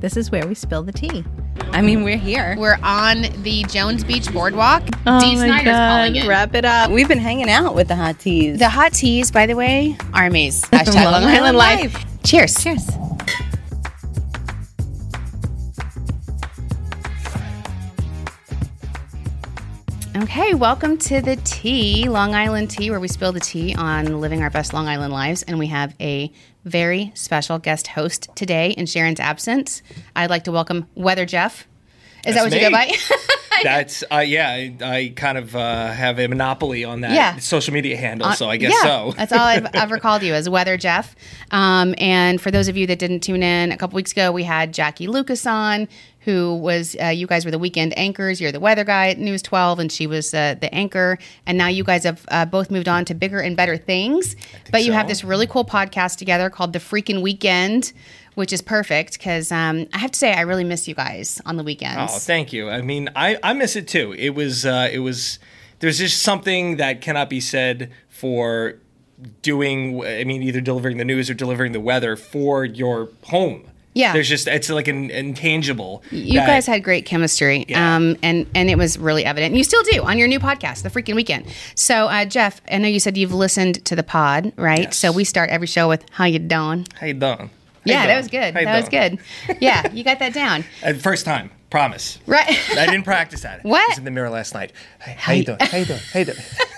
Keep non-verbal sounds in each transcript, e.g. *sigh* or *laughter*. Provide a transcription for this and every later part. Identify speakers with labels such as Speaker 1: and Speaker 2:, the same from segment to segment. Speaker 1: This is where we spill the tea. I mean, we're here.
Speaker 2: We're on the Jones Beach Boardwalk.
Speaker 1: Oh
Speaker 2: Dee
Speaker 1: my
Speaker 2: Snyder's
Speaker 1: God,
Speaker 2: calling it.
Speaker 1: Wrap it up. We've been hanging out with the hot teas.
Speaker 2: The hot teas, by the way,
Speaker 1: *laughs*
Speaker 2: armies. Hashtag Long Island Life. Cheers. Cheers. Okay, welcome to the tea, Long Island Tea, where we spill the tea on living our best Long Island lives. And we have a very special guest host today in Sharon's absence. I'd like to welcome Weather Jeff. Is that what
Speaker 3: That's
Speaker 2: you go
Speaker 3: me.
Speaker 2: by?
Speaker 3: *laughs*
Speaker 2: *laughs*
Speaker 3: That's uh, yeah. I, I kind of uh, have a monopoly on that
Speaker 2: Yeah.
Speaker 3: social media handle, so I guess
Speaker 2: yeah,
Speaker 3: so.
Speaker 2: that's all I've ever called you as Weather Jeff. Um, and for those of you that didn't tune in a couple weeks ago, we had Jackie Lucas on, who was uh, you guys were the weekend anchors. You're the weather guy at News 12, and she was uh, the anchor. And now you guys have uh, both moved on to bigger and better things. But you have
Speaker 3: so.
Speaker 2: this really cool podcast together called The Freaking Weekend. Which is perfect because um, I have to say I really miss you guys on the weekends.
Speaker 3: *laughs* Oh, thank you. I mean, I, I miss it too. It was uh, it was there's just something that cannot be said for doing. I mean, either delivering the news or delivering the weather for your home.
Speaker 2: Yeah.
Speaker 3: there's just it's like an intangible.
Speaker 2: You
Speaker 3: that-
Speaker 2: guys had great chemistry,
Speaker 3: Yeah.
Speaker 2: um, and and it was really evident. You still do on your new podcast, the freaking weekend. So, uh, Jeff, I know you said you've listened to the pod, right?
Speaker 3: Yes.
Speaker 2: So we start every show with "How you doing?"
Speaker 3: How you doing? How you
Speaker 2: yeah, that
Speaker 3: doing?
Speaker 2: was good.
Speaker 3: How you
Speaker 2: that was
Speaker 3: doing?
Speaker 2: good. Yeah, you got that down, *laughs*
Speaker 3: Uh, first time, promise.
Speaker 2: right? *laughs*
Speaker 3: I didn't practice that.
Speaker 2: What?
Speaker 3: I was in the mirror last night. Hey, how you doing? How you doing? How you doing?
Speaker 2: *laughs*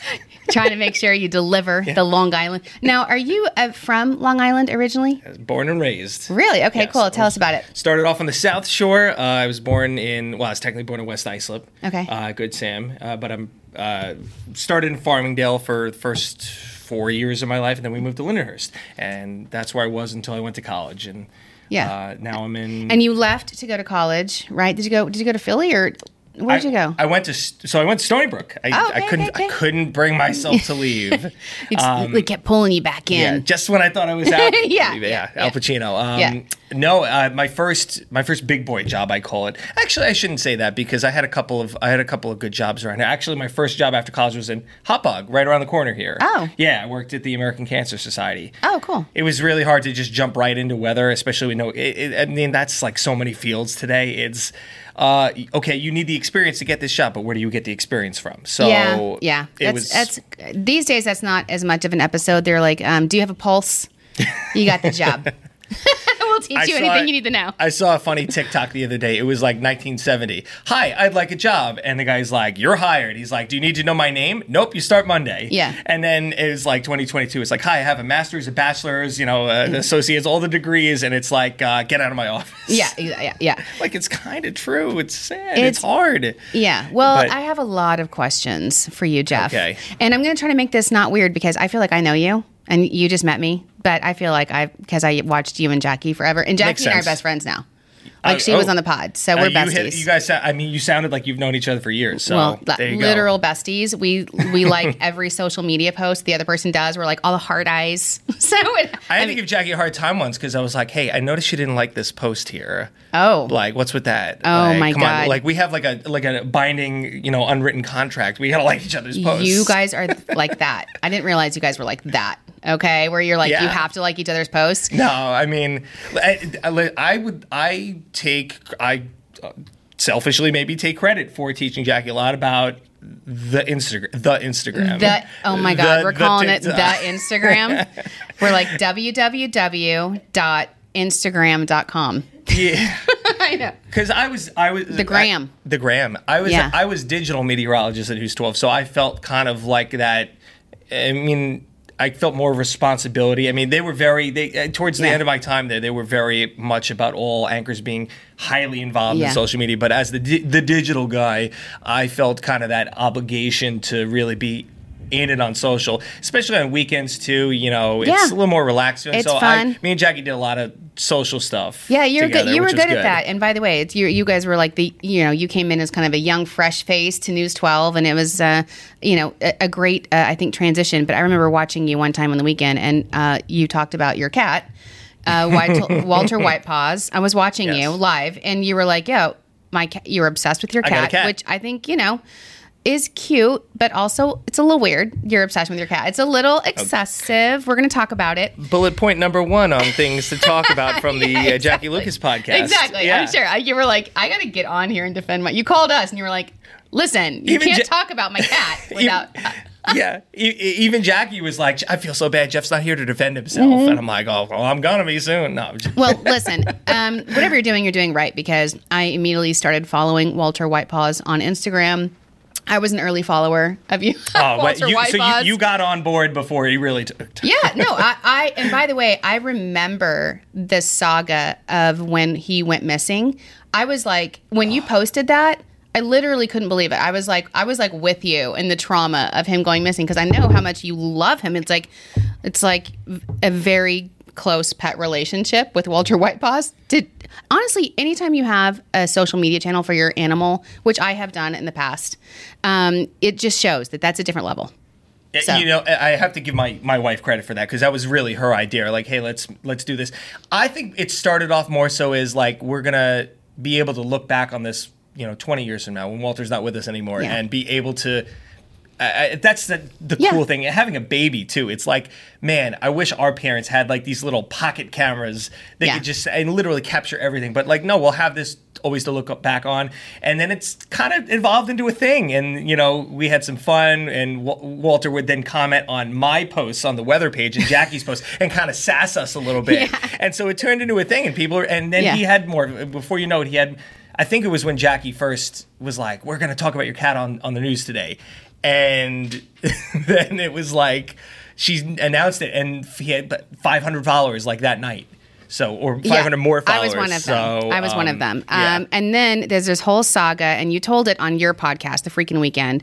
Speaker 2: Trying to make sure you deliver the Long Island. Now, are you uh, from Long Island originally?
Speaker 3: I was born and raised.
Speaker 2: Really? Okay,
Speaker 3: Yes,
Speaker 2: cool.
Speaker 3: I
Speaker 2: Tell
Speaker 3: was-
Speaker 2: us about it.
Speaker 3: Started off on the South Shore. Uh, I was born in, well, I was technically born in West Islip.
Speaker 2: Okay.
Speaker 3: Uh, good Sam. Uh, but I'm uh, started in Farmingdale for the first four years of my life, and then we moved to Lindenhurst, and that's where I was until I went to college, and
Speaker 2: Yeah.
Speaker 3: uh, now I'm in.
Speaker 2: And you left to go to college, right? Did you go? Did you go to Philly or where did you go?
Speaker 3: I went to St- so I went to Stony Brook. I,
Speaker 2: Oh, okay,
Speaker 3: I couldn't
Speaker 2: okay, okay.
Speaker 3: I couldn't bring myself
Speaker 2: *laughs*
Speaker 3: to leave.
Speaker 2: It just
Speaker 3: um,
Speaker 2: like, kept pulling you back in.
Speaker 3: Yeah, just when I thought I was out.
Speaker 2: *laughs* Yeah,
Speaker 3: yeah,
Speaker 2: yeah,
Speaker 3: Al Pacino. Um,
Speaker 2: Yeah.
Speaker 3: No, uh, my first my first big boy job, I call it. Actually, I shouldn't say that because I had a couple of I had a couple of good jobs around here. Actually, my first job after college was in Hot Bog, right around the corner here.
Speaker 2: Oh.
Speaker 3: yeah, I worked at the American Cancer Society.
Speaker 2: Oh, cool.
Speaker 3: It was really hard to just jump right into weather, especially we know. It, it, I mean, that's like so many fields today. It's uh, okay. You need the experience to get this job, but where do you get the experience from? So
Speaker 2: yeah, yeah. That's, that's these days. That's not as much of an episode. They're like, um, do you have a pulse? You got the
Speaker 3: *laughs*
Speaker 2: job. *laughs* we'll teach you
Speaker 3: saw
Speaker 2: anything
Speaker 3: it-
Speaker 2: you need to
Speaker 3: *laughs*
Speaker 2: know.
Speaker 3: I saw a funny TikTok the other day. It was like 1970. Hi, I'd like a job. And the guy's like, You're hired. He's like, Do you need to know my name? Nope, you start Monday.
Speaker 2: Yeah.
Speaker 3: And then it was like 2022. It's like, Hi, I have a master's, a bachelor's, you know,
Speaker 2: Mm-hmm.
Speaker 3: uh, associates, all the degrees. And it's like, uh, Get out of my office.
Speaker 2: yeah, yeah, yeah, yeah.
Speaker 3: *laughs* Like, it's kind of true. It's sad.
Speaker 2: It's-
Speaker 3: It's, hard.
Speaker 2: Yeah. Well,
Speaker 3: But-
Speaker 2: I have a lot of questions for you, Jeff.
Speaker 3: Okay.
Speaker 2: And I'm going to try to make this not weird because I feel like I know you and you just met me, but I feel like I because I watched you and Jackie forever, and Jackie and I are
Speaker 3: sense.
Speaker 2: best friends now. Like
Speaker 3: Oh,
Speaker 2: she was
Speaker 3: oh.
Speaker 2: on the pod, so
Speaker 3: Uh,
Speaker 2: we're
Speaker 3: you,
Speaker 2: besties.
Speaker 3: hit- you guys, sa- I mean, you sounded like you've known each other for years. So
Speaker 2: well, li-
Speaker 3: there you go.
Speaker 2: literal besties. We
Speaker 3: *laughs*
Speaker 2: we like every social media post the other person does. We're like all the heart eyes. *laughs* So it,
Speaker 3: I had to give Jackie a hard time once because I was like, "Hey, I noticed you didn't like this post here.
Speaker 2: Oh.
Speaker 3: like what's with that?
Speaker 2: Oh,
Speaker 3: Like,
Speaker 2: my
Speaker 3: come
Speaker 2: God.
Speaker 3: On. Like we have like a like a binding, you know, unwritten contract. We gotta like each other's posts.
Speaker 2: You guys are like that. I didn't realize you guys were like that. Okay, where you're like you
Speaker 3: Yeah.
Speaker 2: have to like each other's posts.
Speaker 3: *laughs* No, I mean, I, I- I would I take I uh, selfishly maybe take credit for teaching Jackie a lot about the Instagram, the Instagram.
Speaker 2: The oh my god,
Speaker 3: The-
Speaker 2: we're
Speaker 3: the
Speaker 2: calling it the
Speaker 3: TikTok.
Speaker 2: Instagram. we're like www.instagram.com.
Speaker 3: *laughs* Yeah.
Speaker 2: *laughs* I know.
Speaker 3: Because I was, I was the
Speaker 2: gram.
Speaker 3: the gram. I was,
Speaker 2: Yeah.
Speaker 3: I was digital meteorologist at News 12, so I felt kind of like that. I mean, I felt more responsibility. I mean, they were very they uh, towards the
Speaker 2: Yeah.
Speaker 3: end of my time there. They were very much about all anchors being highly involved
Speaker 2: Yeah.
Speaker 3: in social media. But as the di- the digital guy, I felt kind of that obligation to really be. In it on social, especially on weekends too. You know, it's
Speaker 2: Yeah.
Speaker 3: a little more relaxed.
Speaker 2: It's
Speaker 3: so
Speaker 2: fun.
Speaker 3: I, me and Jackie did a lot of social stuff.
Speaker 2: Yeah, you're
Speaker 3: together,
Speaker 2: good. You were
Speaker 3: which
Speaker 2: good,
Speaker 3: was
Speaker 2: at that. And by the way, it's you. You guys were like the you know you came in as kind of a young, fresh face to News 12, and it was uh, you know a, a great uh, I think transition. But I remember watching you one time on the weekend, and uh, you talked about your cat, uh,
Speaker 3: *laughs*
Speaker 2: Walt- Walter Whitepaws. I was watching
Speaker 3: Yes.
Speaker 2: you live, and you were like, "Yo, my cat." You were obsessed with your
Speaker 3: got a
Speaker 2: cat,
Speaker 3: cat.
Speaker 2: which I think you know. is cute, but also it's a little weird. Your obsession with your cat. It's a little excessive. We're going to talk about it.
Speaker 3: Bullet point number one on things to
Speaker 2: *laughs*
Speaker 3: talk about from the uh, Jackie Lucas podcast.
Speaker 2: Exactly.
Speaker 3: Yeah.
Speaker 2: I'm sure. I, you were like, I got to get on here and defend my. You called us and you were like, listen, you
Speaker 3: Even
Speaker 2: can't
Speaker 3: Ja-
Speaker 2: talk about my
Speaker 3: *laughs*
Speaker 2: cat without.
Speaker 3: yeah, E- e- even Jackie was like, "I feel so bad. Jeff's not here to defend himself," and I'm like, "Oh, well, I'm gonna be soon." No, I'm just-
Speaker 2: Mm-hmm. well, listen, um, whatever you're doing, you're doing right because I immediately started following Walter Whitepaws on Instagram. I was an early follower of you. *laughs*
Speaker 3: Oh, wait,
Speaker 2: Walter
Speaker 3: you, so
Speaker 2: Whitepaws.
Speaker 3: you, you got on board before he really took. time.
Speaker 2: yeah, no, I, I and by the way, I remember the saga of when he went missing. I was like, when you posted that, I literally couldn't believe it. I was like, I was like with you in the trauma of him going missing because I know how much you love him. It's like, it's like a very close pet relationship with Walter Whitepaws. Did honestly, anytime you have a social media channel for your animal, which I have done in the past, um, it just shows that that's a different level. So-
Speaker 3: You know, I I have to give my, my wife credit for that because that was really her idea. Like, hey, let's let's do this. I think it started off more so as like we're gonna be able to look back on this, you know, twenty years from now when Walter's not with us anymore,
Speaker 2: Yeah.
Speaker 3: and be able to. I, I- that's the the
Speaker 2: Yeah.
Speaker 3: cool thing. Having a baby too, it's like, man, I wish our parents had like these little pocket cameras that
Speaker 2: Yeah.
Speaker 3: could just and literally capture everything. But like, no, we'll have this always to look up back on, and then it's kind of evolved into a thing. And you know, we had some fun, and Wa- Walter would then comment on my posts on the weather page and
Speaker 2: *laughs*
Speaker 3: Jackie's posts, and kind of sass us a little bit. And so it turned into a thing, and people, are, and then
Speaker 2: Yeah.
Speaker 3: he had more. Before you know it, he had. I think it was when Jackie first was like, "We're going to talk about your cat on on the news today," and *laughs* then it was like she announced it, and he had 500 followers like that night. So or 500
Speaker 2: Yeah,
Speaker 3: more followers.
Speaker 2: I was one of them.
Speaker 3: So,
Speaker 2: I was one of
Speaker 3: um,
Speaker 2: them. Um,
Speaker 3: yeah.
Speaker 2: And then there's this whole saga, and you told it on your podcast, The Freaking Weekend,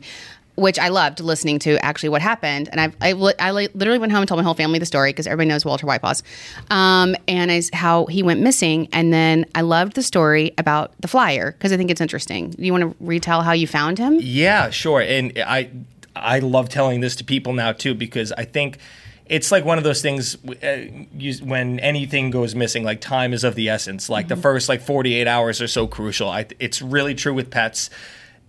Speaker 2: which I loved listening to actually what happened. And I've, I, li- I li- literally went home and told my whole family the story because everybody knows Walter Whitepaws um, and is how he went missing. And then I loved the story about the flyer because I think it's interesting. Do you want to retell how you found him?
Speaker 3: Yeah, sure. And I I love telling this to people now too because I think it's like one of those things uh, you, when anything goes missing, like time is of the essence. Like
Speaker 2: Mm-hmm.
Speaker 3: the first like 48 hours are so crucial. I, it's really true with pets.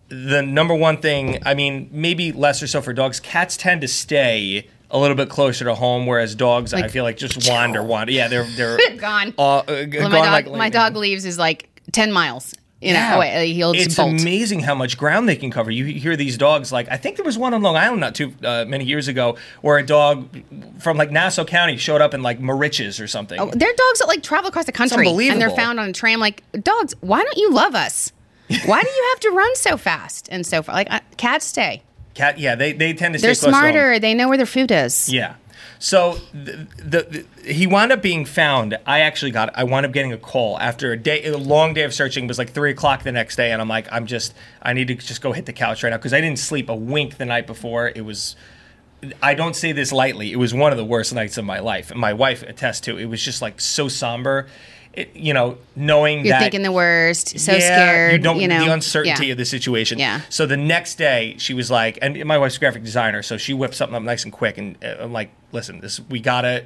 Speaker 3: The number one thing, I mean, maybe less or so for dogs, cats tend to stay a little bit closer to home, whereas dogs, I feel like just wander, wander. Yeah, they're
Speaker 2: *laughs*
Speaker 3: they're
Speaker 2: Gone.
Speaker 3: all- uh, g-
Speaker 2: Well,
Speaker 3: gone
Speaker 2: my,
Speaker 3: like
Speaker 2: dog, my
Speaker 3: lightning.
Speaker 2: dog leaves is like 10 miles. You know, away. he'll just
Speaker 3: it's
Speaker 2: bolt.
Speaker 3: amazing how much ground they can cover. You hear these dogs, like I think there was one on Long Island not too uh, many years ago, where a dog from like Nassau County showed up in like Mariches or something.
Speaker 2: Their dogs that like travel across the country and they're
Speaker 3: unbelievable.
Speaker 2: found on a tram. Like dogs, why don't you love us? Why do you have to run so fast and so far? Like uh, cats stay.
Speaker 3: Cat, yeah, they, they tend to
Speaker 2: They're
Speaker 3: stay close To home.
Speaker 2: smarter. They know where their food is.
Speaker 3: Yeah. So the, the, the he wound up being found. I actually got. I wound up getting a call after a day, a long day of searching. It was like three o'clock the next day, and I'm like, I'm just. I need to just go hit the couch right now because I didn't sleep a wink the night before. It was. I don't say this lightly. It was one of the worst nights of my life, and my wife attests to. It was just like so somber. It, you know, knowing
Speaker 2: You're
Speaker 3: that
Speaker 2: thinking the worst. So
Speaker 3: yeah,
Speaker 2: scared.
Speaker 3: You don't
Speaker 2: you know
Speaker 3: the uncertainty
Speaker 2: Yeah.
Speaker 3: of the situation.
Speaker 2: Yeah.
Speaker 3: So the next day, she was like, and my wife's a graphic designer, so she whipped something up nice and quick, and uh, I'm like, listen, this we gotta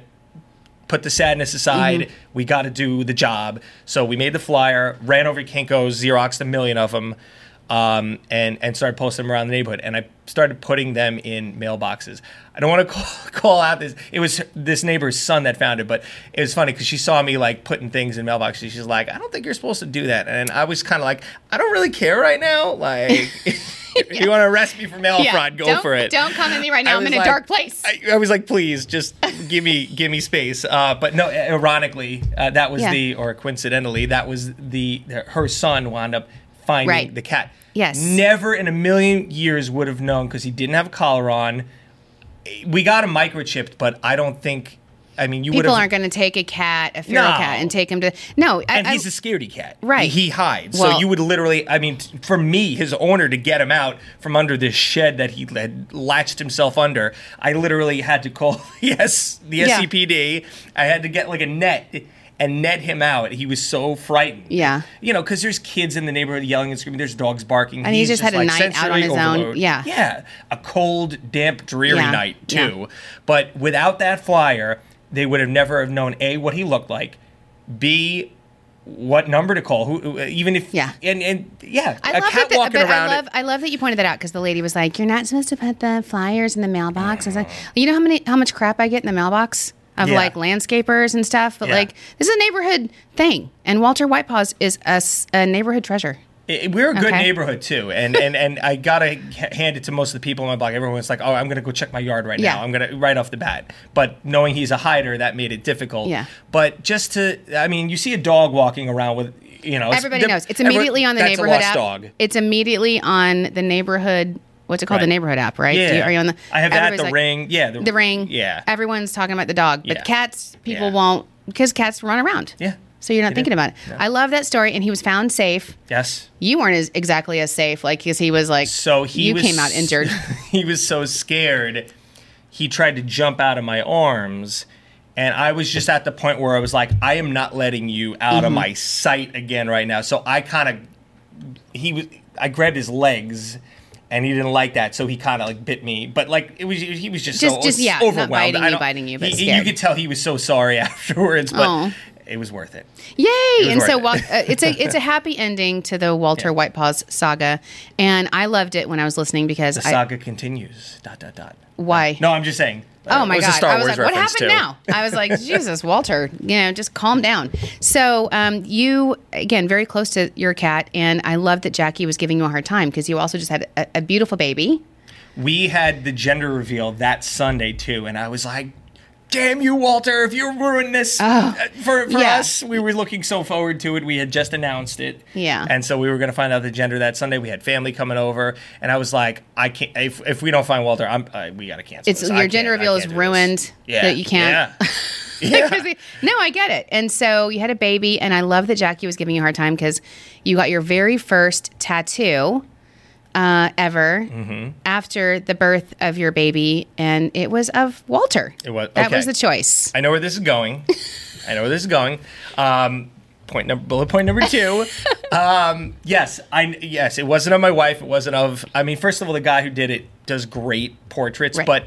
Speaker 3: put the sadness aside.
Speaker 2: Mm-hmm.
Speaker 3: We gotta do the job. So we made the flyer, ran over to Kinko's, xeroxed a million of them. Um, and and started posting them around the neighborhood, and I started putting them in mailboxes. I don't want to *laughs* call, call out this. It was this neighbor's son that found it, but it was funny because she saw me like putting things in mailboxes. She's like, "I don't think you're supposed to do that," and I was kind of like, "I don't really care right now. Like, *laughs* if you want to arrest me for mail
Speaker 2: Yeah.
Speaker 3: fraud, go
Speaker 2: Don't-
Speaker 3: for it.
Speaker 2: Don't come at me right
Speaker 3: I
Speaker 2: now. I'm
Speaker 3: was
Speaker 2: in a
Speaker 3: like-
Speaker 2: dark place.
Speaker 3: I, I was like, please, just give me give me space. Uh, but no, ironically, uh, that was
Speaker 2: Yeah.
Speaker 3: the or coincidentally, that was the her son wound up finding
Speaker 2: Right.
Speaker 3: the cat.
Speaker 2: Yes.
Speaker 3: never in a million years would have known because he didn't have a collar on. We got him microchipped, but I don't think. I mean, you would
Speaker 2: People
Speaker 3: have.
Speaker 2: aren't going to take a cat, a feral
Speaker 3: No.
Speaker 2: cat, and take him to no. I,
Speaker 3: and
Speaker 2: I-
Speaker 3: he's a scaredy cat.
Speaker 2: Right.
Speaker 3: He, he hides.
Speaker 2: Well-
Speaker 3: so you would literally, I mean, t- for me, his owner to get him out from under this shed that he had latched himself under, I literally had to call *laughs* the, S, the
Speaker 2: Yeah.
Speaker 3: SCPD. I had to get like a net and net him out. He was so frightened.
Speaker 2: Yeah.
Speaker 3: You know, because there's kids in the neighborhood yelling and screaming. There's dogs barking.
Speaker 2: And he just had a
Speaker 3: like,
Speaker 2: night out on
Speaker 3: sensory
Speaker 2: his own.
Speaker 3: overload.
Speaker 2: Yeah.
Speaker 3: Yeah. A cold, damp, dreary
Speaker 2: Yeah.
Speaker 3: night,
Speaker 2: Yeah.
Speaker 3: too. But without that flyer, they would have never have known A, what he looked like, B, what number to call. Who, who- even if
Speaker 2: Yeah.
Speaker 3: and and yeah,
Speaker 2: I
Speaker 3: a
Speaker 2: love
Speaker 3: cat
Speaker 2: that,
Speaker 3: walking
Speaker 2: but
Speaker 3: around.
Speaker 2: I love, I love that you pointed that out because the lady was like, "You're not supposed to put the flyers in the mailbox." I was like, "You know how many how much crap I get in the mailbox of
Speaker 3: Yeah.
Speaker 2: like landscapers and stuff?" But
Speaker 3: Yeah.
Speaker 2: like, this is a neighborhood thing, and Walter Whitepaw's is a, s- a neighborhood treasure.
Speaker 3: It- we're a good
Speaker 2: Okay.
Speaker 3: neighborhood too, and and and I gotta h- hand it to most of the people in my block. Everyone's like, "Oh, I'm gonna go check my yard right
Speaker 2: Yeah.
Speaker 3: now. I'm gonna right off the bat." But knowing he's a hider, that made it difficult.
Speaker 2: Yeah.
Speaker 3: But just to, I mean, you see a dog walking around with, you know, it's-
Speaker 2: Everybody
Speaker 3: the-
Speaker 2: knows. It's
Speaker 3: every-
Speaker 2: immediately on the
Speaker 3: that's
Speaker 2: neighborhood
Speaker 3: a lost
Speaker 2: app.
Speaker 3: dog.
Speaker 2: It's immediately on the neighborhood. What's it called? The
Speaker 3: Right.
Speaker 2: neighborhood app, right? Do you- are you on the?
Speaker 3: I have that.
Speaker 2: everybody's
Speaker 3: The
Speaker 2: like-
Speaker 3: ring. Yeah.
Speaker 2: The ring.
Speaker 3: Yeah.
Speaker 2: Everyone's talking about the dog, but
Speaker 3: Yeah.
Speaker 2: cats people
Speaker 3: Yeah.
Speaker 2: won't because cats run around.
Speaker 3: Yeah.
Speaker 2: So you're not
Speaker 3: They
Speaker 2: thinking
Speaker 3: do.
Speaker 2: about it.
Speaker 3: No.
Speaker 2: I love that story, and he was found safe.
Speaker 3: yes.
Speaker 2: You weren't as exactly as safe, like because he was like
Speaker 3: So he
Speaker 2: you
Speaker 3: was,
Speaker 2: came out
Speaker 3: *laughs*
Speaker 2: injured.
Speaker 3: he was so scared. He tried to jump out of my arms, and I was just at the point where I was like, I am not letting you out
Speaker 2: Mm-hmm.
Speaker 3: of my sight again right now. So I kind of he was I grabbed his legs. And he didn't like that, so he kind of like bit me. But like it was, he was just,
Speaker 2: Just-
Speaker 3: so
Speaker 2: just, yeah, not
Speaker 3: overwhelmed.
Speaker 2: biting
Speaker 3: I
Speaker 2: you,
Speaker 3: don't-
Speaker 2: biting you, but
Speaker 3: he- you
Speaker 2: scared. Oh.
Speaker 3: could tell he was so sorry *laughs* afterwards. But
Speaker 2: Aw.
Speaker 3: it was worth it.
Speaker 2: Yay!
Speaker 3: was
Speaker 2: And so
Speaker 3: worth it.
Speaker 2: Wal- uh, it's a it's a happy ending to the Walter Whitepaw's saga, and I loved it when I was listening because
Speaker 3: The
Speaker 2: I
Speaker 3: saga continues. Dot dot dot.
Speaker 2: why
Speaker 3: No, I'm just saying.
Speaker 2: Oh my
Speaker 3: it was
Speaker 2: god!
Speaker 3: A Star
Speaker 2: I was
Speaker 3: Wars
Speaker 2: like, "What
Speaker 3: reference,
Speaker 2: happened
Speaker 3: too.
Speaker 2: now?" I was
Speaker 3: *laughs*
Speaker 2: like, "Jesus, Walter, you know, just calm down." So, um, you again very close to your cat, and I love that Jackie was giving you a hard time because you also just had a, a beautiful baby.
Speaker 3: we had the gender reveal that Sunday too, and I was like, "Damn you, Walter! If you ruin this Uh, for for
Speaker 2: Oh, yeah.
Speaker 3: us, we were looking so forward to it. We had just announced it,
Speaker 2: Yeah.
Speaker 3: and so we were going to find out the gender that Sunday. We had family coming over, and I was like, "I can't. If, if we don't find Walter, I'm uh, we got to cancel.
Speaker 2: It's
Speaker 3: this. I
Speaker 2: your gender
Speaker 3: can't- I
Speaker 2: reveal is
Speaker 3: can't do this.
Speaker 2: ruined.
Speaker 3: Yeah,
Speaker 2: that you *laughs* can't.
Speaker 3: Yeah.
Speaker 2: Because we- no, I get it. And so you had a baby, and I love that Jackie was giving you a hard time because you got your very first tattoo uh, ever
Speaker 3: Mm-hmm.
Speaker 2: after the birth of your baby, and it was of Walter.
Speaker 3: It was-
Speaker 2: that
Speaker 3: okay.
Speaker 2: was the choice.
Speaker 3: I know where this is going. I know where this is going. Um, point number bullet point number
Speaker 2: *laughs*
Speaker 3: two. um, yes, I yes, it wasn't of my wife. It wasn't of. I mean, first of all, the guy who did it does great portraits,
Speaker 2: Right.
Speaker 3: but.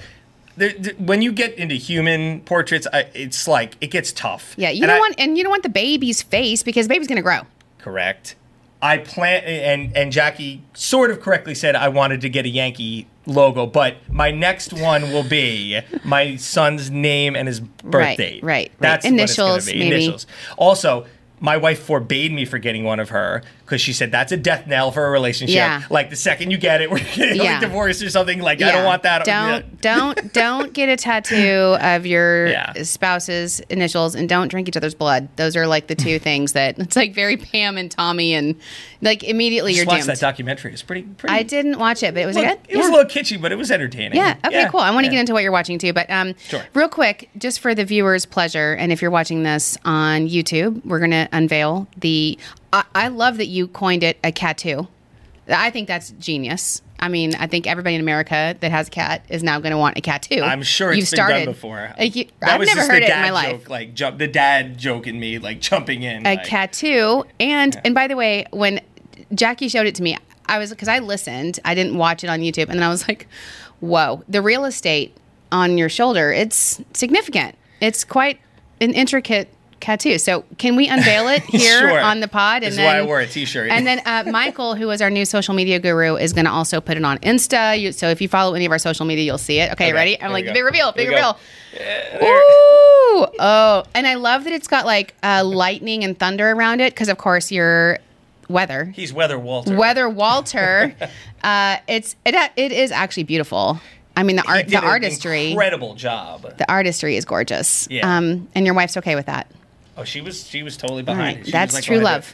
Speaker 3: There, th- when you get into human portraits, I, it's like it gets tough.
Speaker 2: Yeah, you
Speaker 3: And
Speaker 2: don't
Speaker 3: I-
Speaker 2: want and you don't want the baby's face because the baby's gonna grow.
Speaker 3: correct. I plan and and Jackie sort of correctly said I wanted to get a Yankee logo, but my next one will be my son's name and his birthday.
Speaker 2: right, right.
Speaker 3: That's what
Speaker 2: Initials,
Speaker 3: it's gonna be.
Speaker 2: maybe.
Speaker 3: Initials. Also, my wife forbade me for getting one of her because she said that's a death knell for a relationship.
Speaker 2: Yeah.
Speaker 3: Like the second you get it, *laughs* we're getting
Speaker 2: Yeah.
Speaker 3: like divorced or something. Like I don't want that. uh,
Speaker 2: Don't *laughs* don't don't get a tattoo of your
Speaker 3: Yeah.
Speaker 2: spouse's initials and don't drink each other's blood. Those are like the two
Speaker 3: *laughs*
Speaker 2: things that it's like very Pam and Tommy and like immediately
Speaker 3: Just
Speaker 2: you're
Speaker 3: watch
Speaker 2: doomed.
Speaker 3: that documentary. It's pretty. pretty
Speaker 2: I didn't watch it, but it was
Speaker 3: Look,
Speaker 2: good.
Speaker 3: it was
Speaker 2: Yeah.
Speaker 3: a little kitschy, but it was entertaining.
Speaker 2: Yeah. Okay. Cool. I want to
Speaker 3: Yeah.
Speaker 2: get into what you're watching too, but um,
Speaker 3: Sure.
Speaker 2: real quick, just for the viewers' pleasure, and if you're watching this on YouTube, we're gonna unveil the. I, I love that you coined it a tattoo. I think that's genius. I mean, I think everybody in America that has a cat is now going to want a cat too.
Speaker 3: *laughs* I'm sure it's
Speaker 2: you've
Speaker 3: been
Speaker 2: started
Speaker 3: done before.
Speaker 2: Like, you-
Speaker 3: That
Speaker 2: I've
Speaker 3: was
Speaker 2: never
Speaker 3: just
Speaker 2: heard
Speaker 3: the
Speaker 2: it in
Speaker 3: dad
Speaker 2: my life.
Speaker 3: Joke, like jump, the dad joke in me, like jumping in.
Speaker 2: a
Speaker 3: like,
Speaker 2: tattoo. And and by the way, when Jackie showed it to me, I was because I listened. I didn't watch it on YouTube, and then I was like, "Whoa, the real estate on your shoulder. It's significant. It's quite an intricate." tattoo. So can we unveil
Speaker 3: *laughs*
Speaker 2: it here
Speaker 3: Sure.
Speaker 2: on the pod?
Speaker 3: This is why I wore a t-shirt. *laughs*
Speaker 2: And then uh, Michael, who is our new social media guru, is going to also put it on Insta. You, so if you follow any of our social media, you'll see it. Okay,
Speaker 3: Okay,
Speaker 2: ready?
Speaker 3: there
Speaker 2: I'm
Speaker 3: we
Speaker 2: like
Speaker 3: go.
Speaker 2: big reveal,
Speaker 3: Here
Speaker 2: big
Speaker 3: we go.
Speaker 2: reveal. Ooh! Oh, and I love that it's got like uh, lightning and thunder around it because, of course, your weather,
Speaker 3: He's Weather Walter.
Speaker 2: weather
Speaker 3: *laughs*
Speaker 2: Walter. uh, it's it, it is actually beautiful. I mean, the
Speaker 3: He
Speaker 2: art,
Speaker 3: did
Speaker 2: the
Speaker 3: an
Speaker 2: artistry,
Speaker 3: Incredible job.
Speaker 2: the artistry is gorgeous.
Speaker 3: Yeah.
Speaker 2: Um, and your wife's okay with that.
Speaker 3: oh, she was she was totally
Speaker 2: All
Speaker 3: behind
Speaker 2: right,
Speaker 3: it. She was,
Speaker 2: that's
Speaker 3: like,
Speaker 2: true
Speaker 3: behind it.
Speaker 2: love.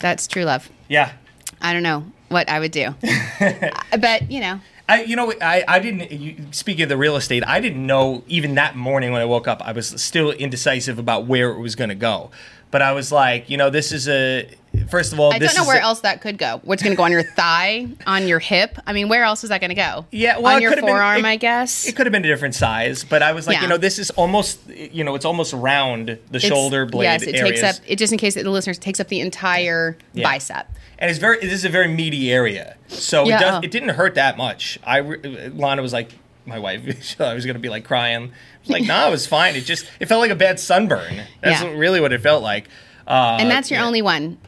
Speaker 2: That's true love.
Speaker 3: Yeah.
Speaker 2: I don't know what I would
Speaker 3: *laughs*
Speaker 2: do, Uh, but you know,
Speaker 3: I, you know, I, I didn't. You, speaking of the real estate, I didn't know even that morning when I woke up. I was still indecisive about where it was going to go, but I was like, you know, this is a. First of all,
Speaker 2: I
Speaker 3: this
Speaker 2: don't know
Speaker 3: is
Speaker 2: where
Speaker 3: a-
Speaker 2: else that could go. What's going to go on your thigh, on your hip? I mean, where else is that going to go?
Speaker 3: Yeah, well,
Speaker 2: on
Speaker 3: it
Speaker 2: your
Speaker 3: could've been-
Speaker 2: forearm,
Speaker 3: it-
Speaker 2: I guess.
Speaker 3: It could have been a different size, but I was like,
Speaker 2: Yeah.
Speaker 3: you know, this is almost, you know, it's almost round the
Speaker 2: It's-
Speaker 3: shoulder blade
Speaker 2: Yes, it
Speaker 3: areas.
Speaker 2: takes up. It just in case the listeners takes up the entire
Speaker 3: Yeah.
Speaker 2: bicep.
Speaker 3: and it's very this is a very meaty area so
Speaker 2: Yeah,
Speaker 3: it, does,
Speaker 2: oh.
Speaker 3: it didn't hurt that much i re- lana was like my wife *laughs* i was gonna be like crying I was like no it was fine it just it felt like a bad sunburn that's
Speaker 2: Yeah.
Speaker 3: what- really what it felt like Uh,
Speaker 2: and that's your
Speaker 3: yeah.
Speaker 2: only one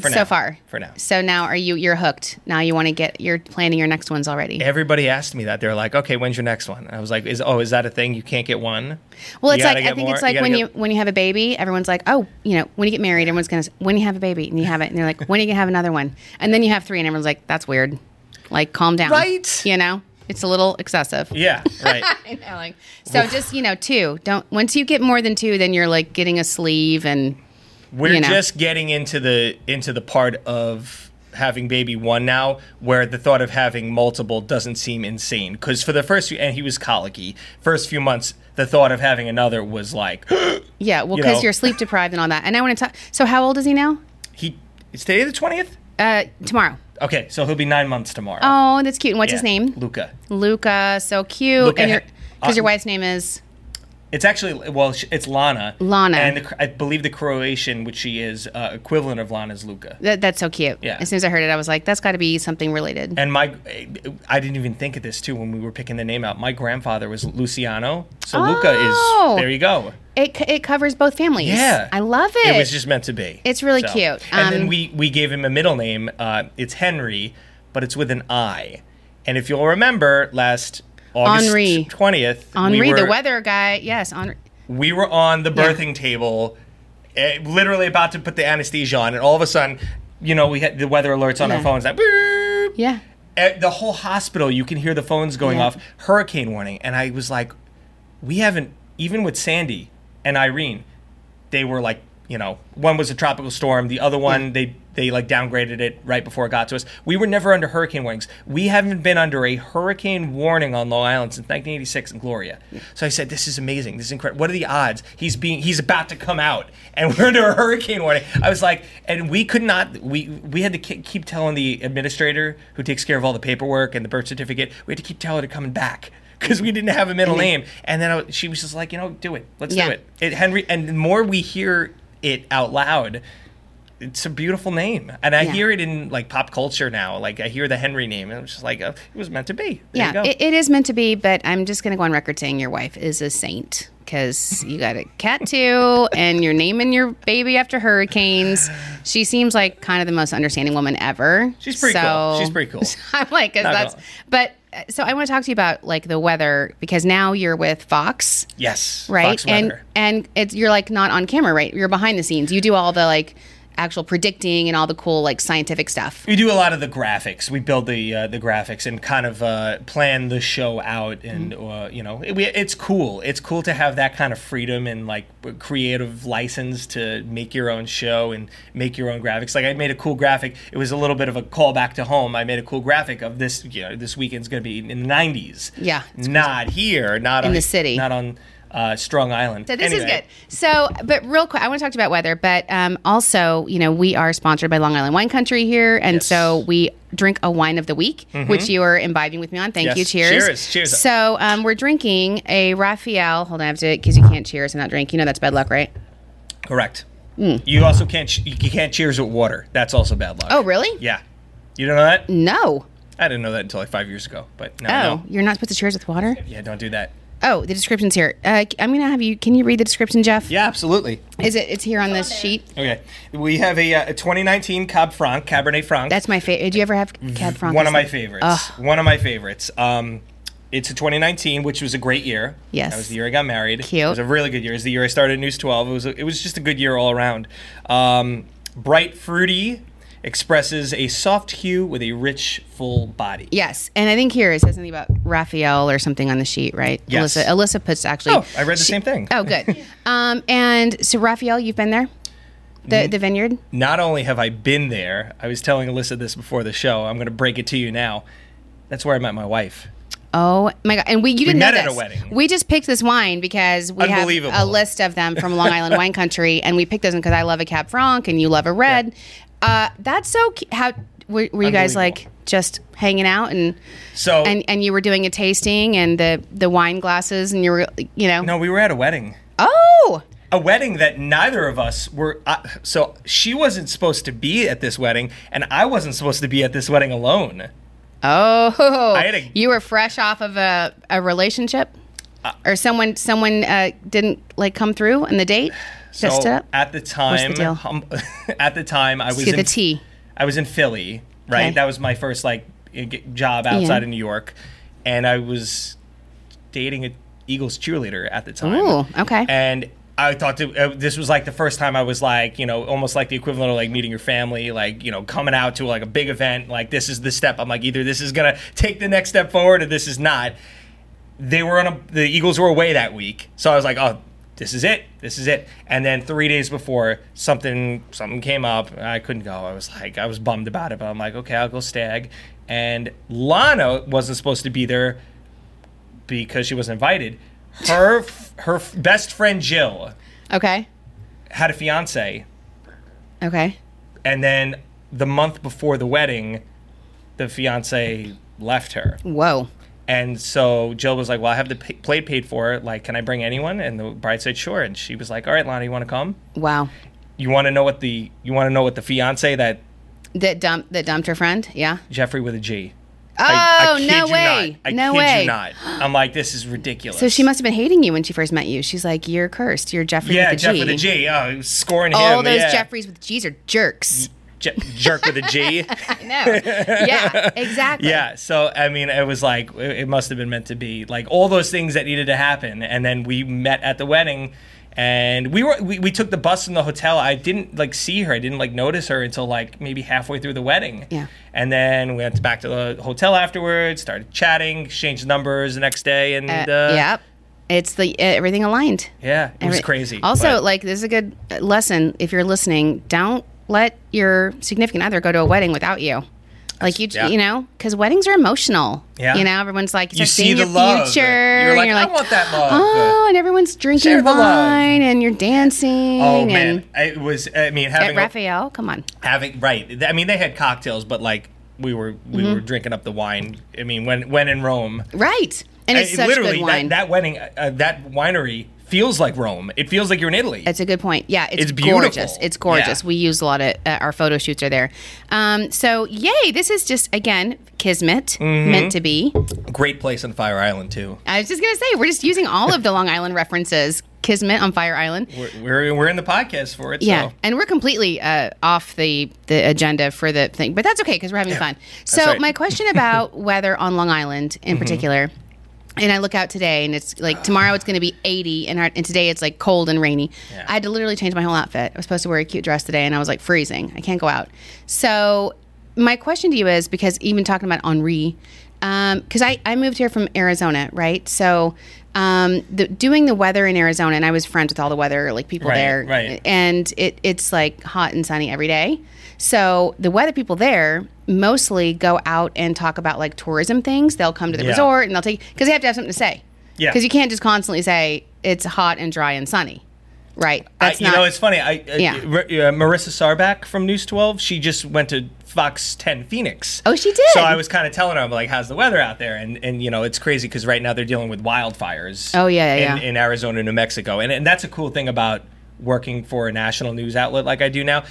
Speaker 3: For
Speaker 2: so
Speaker 3: now.
Speaker 2: far.
Speaker 3: For now.
Speaker 2: So now are you? You're hooked. Now you want to get. You're planning your next ones already.
Speaker 3: Everybody asked me that. They're like, "Okay, when's your next one?" And I was like, "Is oh, is that a thing? You can't get one."
Speaker 2: Well,
Speaker 3: You
Speaker 2: it's
Speaker 3: gotta
Speaker 2: like I
Speaker 3: get
Speaker 2: think
Speaker 3: more-
Speaker 2: it's like
Speaker 3: gotta
Speaker 2: when
Speaker 3: get-
Speaker 2: you when you have a baby, everyone's like, oh, you know, when you get married, everyone's gonna s- when you have a baby and you have it, and they're like, when are you gonna have another one? And then you have three, and everyone's like, that's weird. Like, calm down,
Speaker 3: Right?
Speaker 2: You know, it's a little excessive.
Speaker 3: Yeah, right.
Speaker 2: *laughs* I know, like- so just you know, two. Don't once you get more than two, then you're like getting a sleeve and
Speaker 3: We're
Speaker 2: You know.
Speaker 3: just getting into the into the part of having baby one now where the thought of having multiple doesn't seem insane because for the first few and he was colicky first few months the thought of having another was like *gasps*
Speaker 2: yeah, well,
Speaker 3: You
Speaker 2: because
Speaker 3: know.
Speaker 2: you are sleep deprived and all that. And I want to talk. So how old is he now?
Speaker 3: he it's today the 20th
Speaker 2: Uh, tomorrow.
Speaker 3: okay so he'll be nine months tomorrow
Speaker 2: Oh, that's cute. And what's his
Speaker 3: Yeah,
Speaker 2: name?
Speaker 3: luca
Speaker 2: Luca. So cute.
Speaker 3: Luca
Speaker 2: and your
Speaker 3: ha-
Speaker 2: because your
Speaker 3: uh,
Speaker 2: wife's name is
Speaker 3: It's actually well, sh- it's Lana.
Speaker 2: Lana.
Speaker 3: and the, Cro- I believe the Croatian, which she is uh, equivalent of Lana, is Luca.
Speaker 2: That, that's so cute.
Speaker 3: Yeah.
Speaker 2: As soon as I heard it, I was like, that's got to be something related.
Speaker 3: And my, I didn't even think of this too when we were picking the name out. My grandfather was Luciano, so Luca
Speaker 2: Oh.
Speaker 3: is there. You go.
Speaker 2: it, co- it covers both families.
Speaker 3: Yeah,
Speaker 2: I love it.
Speaker 3: It was just meant to be.
Speaker 2: It's really cute.
Speaker 3: And
Speaker 2: Um,
Speaker 3: then we we gave him a middle name. Uh, it's Henry, but it's with an I. And if you'll remember, last
Speaker 2: Henri.
Speaker 3: August twentieth,
Speaker 2: Henri,
Speaker 3: we were,
Speaker 2: the weather guy. Yes, Henri.
Speaker 3: we were on the birthing table, eh, literally about to put the anesthesia on, and all of a sudden, you know, we had the weather alerts on
Speaker 2: Yeah.
Speaker 3: our phones. Like, "Beep."
Speaker 2: Yeah.
Speaker 3: Eh, the whole hospital, you can hear the phones going
Speaker 2: Yeah.
Speaker 3: off, hurricane warning, and I was like, we haven't even with Sandy and Irene, they were like, you know, one was a tropical storm, the other one they they like downgraded it right before it got to us. We were never under hurricane warnings. We haven't been under a hurricane warning on Long Island since 1986 in Gloria. So I said, this is amazing. This is incredible. What are the odds? He's being he's about to come out and *laughs* we're under a hurricane warning. I was like, and we could not we we had to ke- keep telling the administrator who takes care of all the paperwork and the birth certificate. We had to keep telling her to come back. Because we didn't have a middle name, and then I, was- she was just like, you know, do it. Let's
Speaker 2: Yeah.
Speaker 3: do it. It Henry, and the more we hear it out loud, it's a beautiful name, and I
Speaker 2: Yeah.
Speaker 3: hear it in like pop culture now. Like I hear the Henry name, and I'm just like, oh, it was meant to be. There you
Speaker 2: Yeah.
Speaker 3: go.
Speaker 2: It, it is meant to be, but I'm just going to go on record saying your wife is a saint because you got a cat too,
Speaker 3: *laughs*
Speaker 2: and you're naming your baby after hurricanes. She seems like kind of the most understanding woman ever.
Speaker 3: She's pretty cool. She's pretty cool.
Speaker 2: *laughs* I'm like, 'cause
Speaker 3: Not
Speaker 2: that's.
Speaker 3: gonna-
Speaker 2: But uh, so I want to talk to you about like the weather because now you're with Fox.
Speaker 3: yes,
Speaker 2: right
Speaker 3: Fox
Speaker 2: and
Speaker 3: weather.
Speaker 2: and it's you're like not on camera right you're behind the scenes you do all the like actual predicting and all the cool like scientific stuff
Speaker 3: we do a lot of the graphics. We build the uh, the graphics and kind of uh, plan the show out, and
Speaker 2: Mm-hmm.
Speaker 3: uh, you know, it, we, it's cool. It's cool to have that kind of freedom and like creative license to make your own show and make your own graphics. Like I made a cool graphic. It was a little bit of a callback to home. I made a cool graphic of this. You know, this weekend's going to be in the '90s.
Speaker 2: Yeah, it's
Speaker 3: not here. Not in on,
Speaker 2: the city.
Speaker 3: Not on uh, Strong Island.
Speaker 2: so this
Speaker 3: Anyway.
Speaker 2: is good so but real quick i want to talk to you about weather but um, also you know we are sponsored by long island wine country here and so we drink a wine of the week which you are imbibing with me on thank
Speaker 3: Mm-hmm. Yes.
Speaker 2: you cheers
Speaker 3: Cheers. Cheers.
Speaker 2: so um, we're drinking a raphael hold on i have to because you can't cheers and not drink you know that's bad luck right
Speaker 3: Correct. You also can't ch- you can't cheers with water. That's also bad luck.
Speaker 2: Mm. oh really
Speaker 3: Yeah. You don't know that?
Speaker 2: no
Speaker 3: I didn't know that until like five years ago, but now I
Speaker 2: oh
Speaker 3: know.
Speaker 2: you're not supposed to cheers with water
Speaker 3: Yeah, don't do that.
Speaker 2: Oh, the description's here. Uh, I'm gonna have you. Can you read the description, Jeff?
Speaker 3: Yeah, absolutely.
Speaker 2: Is it? It's here on this sheet.
Speaker 3: Okay, we have a, uh, a 2019 Cab Franc Cabernet Franc.
Speaker 2: That's my favorite. Do you ever have Cab Franc?
Speaker 3: one of
Speaker 2: It's
Speaker 3: my
Speaker 2: like-
Speaker 3: favorites.
Speaker 2: Ugh.
Speaker 3: One of my favorites. Um, it's a 2019, which was a great year.
Speaker 2: Yes.
Speaker 3: that was the year I got married.
Speaker 2: Cute.
Speaker 3: It was a really good year. It was the year I started News 12. It was a, it was just a good year all around. Um, bright, fruity, expresses a soft hue with a rich, full body.
Speaker 2: Yes, and I think here it says something about Raphael or something on the sheet, right?
Speaker 3: Yes.
Speaker 2: Alyssa, Alyssa puts actually.
Speaker 3: Oh, I read the same thing.
Speaker 2: Oh,
Speaker 3: *laughs*
Speaker 2: good. um, and so Raphael, you've been there, the
Speaker 3: Mm-hmm.
Speaker 2: the vineyard.
Speaker 3: not only have I been there, I was telling Alyssa this before the show. I'm going to break it to you now. That's where I met my wife.
Speaker 2: Oh my god! And we you didn't
Speaker 3: met
Speaker 2: know
Speaker 3: at a
Speaker 2: this.
Speaker 3: wedding.
Speaker 2: We just picked this wine because we have
Speaker 3: Unbelievable.
Speaker 2: a list of them from Long
Speaker 3: *laughs*
Speaker 2: Island Wine Country, and we picked those because I love a Cab Franc and you love a red. Uh, that's so. cu- How were, were you guys
Speaker 3: Unbelievable. Oh.
Speaker 2: like just hanging out and
Speaker 3: So
Speaker 2: and and you were doing a tasting and the the wine glasses and you were you know
Speaker 3: no, we were at a wedding.
Speaker 2: oh
Speaker 3: A wedding that neither of us were. Uh, so she wasn't supposed to be at this wedding, and I wasn't supposed to be at this wedding alone.
Speaker 2: oh
Speaker 3: had a-
Speaker 2: *laughs* you were fresh off of a uh, a relationship. or someone someone uh, didn't like come through on the date. Dust it up?
Speaker 3: at the time,
Speaker 2: deal?
Speaker 3: *laughs* hum- at the time, I was
Speaker 2: get
Speaker 3: in
Speaker 2: the tea.
Speaker 3: I was in Philly, right?
Speaker 2: Okay.
Speaker 3: That was my first like i- g- job outside of New York, and I was dating an Eagles cheerleader at the time.
Speaker 2: Ooh, okay.
Speaker 3: And I thought that, uh, this was like the first time I was like, you know, almost like the equivalent of like meeting your family, like you know, coming out to like a big event. Like this is the step. I'm like, either this is gonna take the next step forward, or this is not. They were on a. The Eagles were away that week, so I was like, oh. This is it. This is it. And then three days before, something something came up. I couldn't go. I was like, I was bummed about it, but I'm like, okay, I'll go stag. And Lana wasn't supposed to be there because she wasn't invited. Her her f- best friend Jill
Speaker 2: Okay.
Speaker 3: had a fiance,
Speaker 2: Okay.
Speaker 3: and then the month before the wedding, the fiance left her,
Speaker 2: Whoa.
Speaker 3: and so Jill was like, "Well, I have the p- plate paid for. Like, can I bring anyone?" And the bride said, "Sure." And she was like, "All right, Lana, you want to come?
Speaker 2: Wow.
Speaker 3: You want to know what the you want to know what the fiance that
Speaker 2: That dumped that dumped her friend. Yeah.
Speaker 3: Jeffrey with a G." Oh
Speaker 2: Oh, no way.
Speaker 3: I
Speaker 2: No
Speaker 3: kid
Speaker 2: way.
Speaker 3: you not. I'm like, this is ridiculous.
Speaker 2: So she must have been hating you when she first met you. She's like, "You're cursed. You're Jeffrey
Speaker 3: Yeah,
Speaker 2: with the
Speaker 3: Jeff
Speaker 2: G."
Speaker 3: with a G. Oh, scoring him.
Speaker 2: All those
Speaker 3: yeah.
Speaker 2: Jeffreys with G's are jerks.
Speaker 3: Je- jerk with
Speaker 2: *laughs*
Speaker 3: a G.
Speaker 2: I know. Yeah, exactly.
Speaker 3: *laughs* Yeah, so I mean, it was like it it must have been meant to be, like all those things that needed to happen, and then we met at the wedding, and we were we, we took the bus from the hotel. I didn't like see her, I didn't like notice her until like maybe halfway through the wedding.
Speaker 2: Yeah.
Speaker 3: and then we went back to the hotel afterwards, started chatting, exchanged numbers the next day, and uh,
Speaker 2: Uh, yep. It's the everything aligned.
Speaker 3: yeah, it was
Speaker 2: Every-
Speaker 3: crazy.
Speaker 2: Also,
Speaker 3: but-
Speaker 2: like this is a good uh, lesson if you're listening. Don't let your significant other go to a wedding without you. Like you,
Speaker 3: yeah.
Speaker 2: you know, because weddings are emotional.
Speaker 3: Yeah.
Speaker 2: You know, everyone's like,
Speaker 3: you
Speaker 2: you
Speaker 3: see
Speaker 2: seeing
Speaker 3: the
Speaker 2: your
Speaker 3: love.
Speaker 2: future.
Speaker 3: You're
Speaker 2: and
Speaker 3: like,
Speaker 2: you're
Speaker 3: I want that love.
Speaker 2: Oh, and everyone's drinking
Speaker 3: Share the love.
Speaker 2: wine, and you're dancing.
Speaker 3: Oh
Speaker 2: and
Speaker 3: man, it was. I mean,
Speaker 2: At
Speaker 3: having a-
Speaker 2: Raphael, come on.
Speaker 3: having right. Th- I mean, they had cocktails, but like we were we
Speaker 2: Mm-hmm.
Speaker 3: were drinking up the wine. I mean, when when in Rome,
Speaker 2: Right. And it's
Speaker 3: I-
Speaker 2: such
Speaker 3: literally
Speaker 2: good wine.
Speaker 3: That, that wedding, uh, that winery feels like Rome. It feels like you're in Italy.
Speaker 2: That's a good point. Yeah, it's,
Speaker 3: It's beautiful.
Speaker 2: gorgeous. It's gorgeous.
Speaker 3: Yeah.
Speaker 2: We use a lot of uh, our photo shoots are there. Um, so yay, this is just again kismet,
Speaker 3: Mm-hmm.
Speaker 2: meant to be.
Speaker 3: Great place on Fire Island too.
Speaker 2: I was just gonna say we're just using all of the Long Island references. Kismet on Fire Island.
Speaker 3: We're we're, we're in the podcast for it.
Speaker 2: Yeah,
Speaker 3: So.
Speaker 2: and we're completely uh, off the the agenda for the thing, but that's okay because we're having fun. So
Speaker 3: right. Mm-hmm.
Speaker 2: my
Speaker 3: *laughs*
Speaker 2: question about weather on Long Island in particular, and I look out today and it's like tomorrow it's going to be eighty, and our, and today it's like cold and rainy. I had to literally change my whole outfit. I was supposed to wear a cute dress today, and I was like freezing. I can't go out. So my question to you is because even talking about Henri. Because I, I moved here from Arizona, right? So, um, the, doing the weather in Arizona, and I was friends with all the weather like people
Speaker 3: Right,
Speaker 2: there,
Speaker 3: right.
Speaker 2: and it, it's like hot and sunny every day. So the weather people there mostly go out and talk about like tourism things. They'll come to the
Speaker 3: Yeah.
Speaker 2: resort and they'll take because they have to have something to say.
Speaker 3: Yeah.
Speaker 2: because you can't just constantly say it's hot and dry and sunny, right?
Speaker 3: I, you know, it's funny. I, uh,
Speaker 2: Yeah.
Speaker 3: Mar- uh, Marissa Sarback from News 12, she just went to Fox 10 Phoenix.
Speaker 2: Oh, she did?
Speaker 3: So I was kind of telling her, I'm like, how's the weather out there? And, and you know, it's crazy because right now they're dealing with wildfires.
Speaker 2: Oh, yeah, yeah,
Speaker 3: in,
Speaker 2: yeah.
Speaker 3: in Arizona, New Mexico. And, and that's a cool thing about working for a national news outlet like I do now.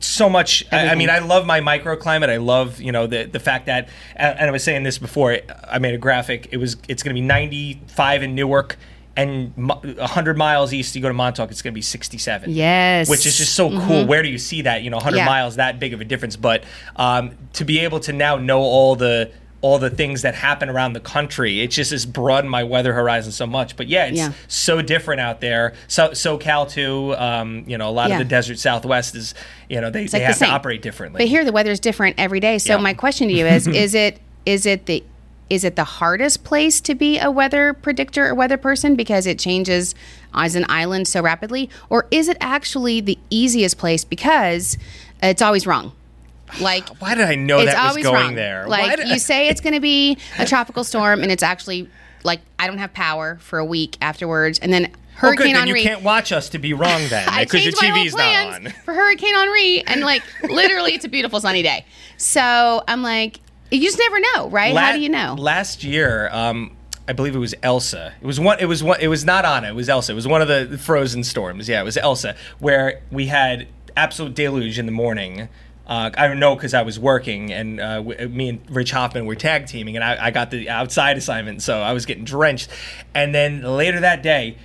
Speaker 3: So much. I, I mean, I love my microclimate. I love, you know, the the fact that, and and I was saying this before. I made a graphic. It was it's going to be 95 in Newark, and mo- 100 miles east. You go to Montauk, it's going to be 67
Speaker 2: yes,
Speaker 3: which is just so cool. Where do you see that? You know, 100
Speaker 2: Mm-hmm. Yeah.
Speaker 3: miles that big of a difference, but um, to be able to now know all the all the things that happen around the country, it just has broadened my weather horizon so much. But yeah, it's
Speaker 2: Yeah.
Speaker 3: so different out there. So SoCal too. Um, you know, a lot
Speaker 2: Yeah.
Speaker 3: of the desert Southwest is you know they, they
Speaker 2: like the
Speaker 3: have to
Speaker 2: same.
Speaker 3: operate differently.
Speaker 2: But here the weather's different every day. So
Speaker 3: Yeah.
Speaker 2: my question to you is is it is it the is it the hardest place to be a weather predictor or weather person because it changes as an island so rapidly or is it actually the easiest place because it's always wrong?
Speaker 3: *sighs*
Speaker 2: Like
Speaker 3: Why did I know
Speaker 2: it's
Speaker 3: that was
Speaker 2: always
Speaker 3: going
Speaker 2: wrong.
Speaker 3: there? Why
Speaker 2: Like
Speaker 3: did- *laughs*
Speaker 2: you say it's going to be a tropical storm and it's actually like I don't have power for a week afterwards and then
Speaker 3: Oh, good,
Speaker 2: Hurricane
Speaker 3: then
Speaker 2: Henri
Speaker 3: you can't watch us to be wrong then
Speaker 2: *laughs* I
Speaker 3: because your
Speaker 2: changed my whole
Speaker 3: TV's not
Speaker 2: plans
Speaker 3: on.
Speaker 2: for Hurricane Henri, and like
Speaker 3: *laughs*
Speaker 2: literally, it's a beautiful sunny day. So I'm like, you just never know, right? How
Speaker 3: La-
Speaker 2: do you know?
Speaker 3: Last year, um, I believe it was Elsa. It was one. It was one. It was not Anna. It was Elsa. It was one of the frozen storms. Yeah, it was Elsa, where we had absolute deluge in the morning. Uh, I don't know because I was working, and uh, w- me and Rich Hoffman were tag teaming, and I, I got the outside assignment, so I was getting drenched. And then later that day,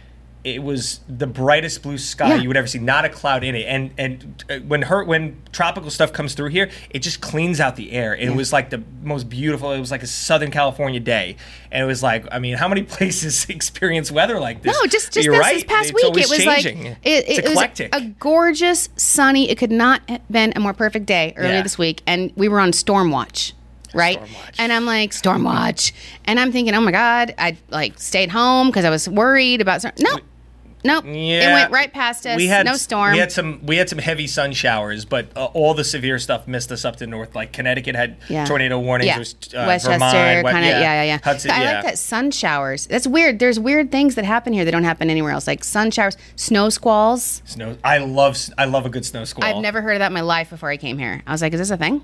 Speaker 3: it was the brightest blue sky
Speaker 2: Yeah.
Speaker 3: you would ever see, not a cloud in it. And and uh, when her when tropical stuff comes through here, it just cleans out the air. It was like the most beautiful. It was like a Southern California day, and it was like I mean, how many *laughs* places experience weather like this?
Speaker 2: No, just just
Speaker 3: You're
Speaker 2: this,
Speaker 3: right.
Speaker 2: this past
Speaker 3: it's
Speaker 2: week,
Speaker 3: always
Speaker 2: it was
Speaker 3: changing.
Speaker 2: like it,
Speaker 3: it's
Speaker 2: it was
Speaker 3: eclectic.
Speaker 2: a gorgeous sunny. It could not have been a more perfect day earlier
Speaker 3: Yeah.
Speaker 2: this week, and we were on storm watch, right?
Speaker 3: Storm watch.
Speaker 2: And I'm like storm watch, and I'm thinking, oh my god, I like stayed home because I was worried about storm. No, no,
Speaker 3: Yeah,
Speaker 2: it went right past us.
Speaker 3: We had
Speaker 2: no storm.
Speaker 3: We had some we had some heavy sun showers, but uh, all the severe stuff missed us up to north. Like Connecticut had
Speaker 2: Yeah.
Speaker 3: tornado warnings.
Speaker 2: Yeah.
Speaker 3: It was, uh,
Speaker 2: Westchester,
Speaker 3: Vermont, what-
Speaker 2: kind of, yeah. yeah, yeah,
Speaker 3: Hudson,
Speaker 2: I
Speaker 3: yeah.
Speaker 2: like that sun showers. That's weird. There's weird things that happen here that don't happen anywhere else, like sun showers, snow squalls.
Speaker 3: Snow. I love s- I love a good snow squall.
Speaker 2: I've never heard of that in my life before I came here. I was like, is this a thing?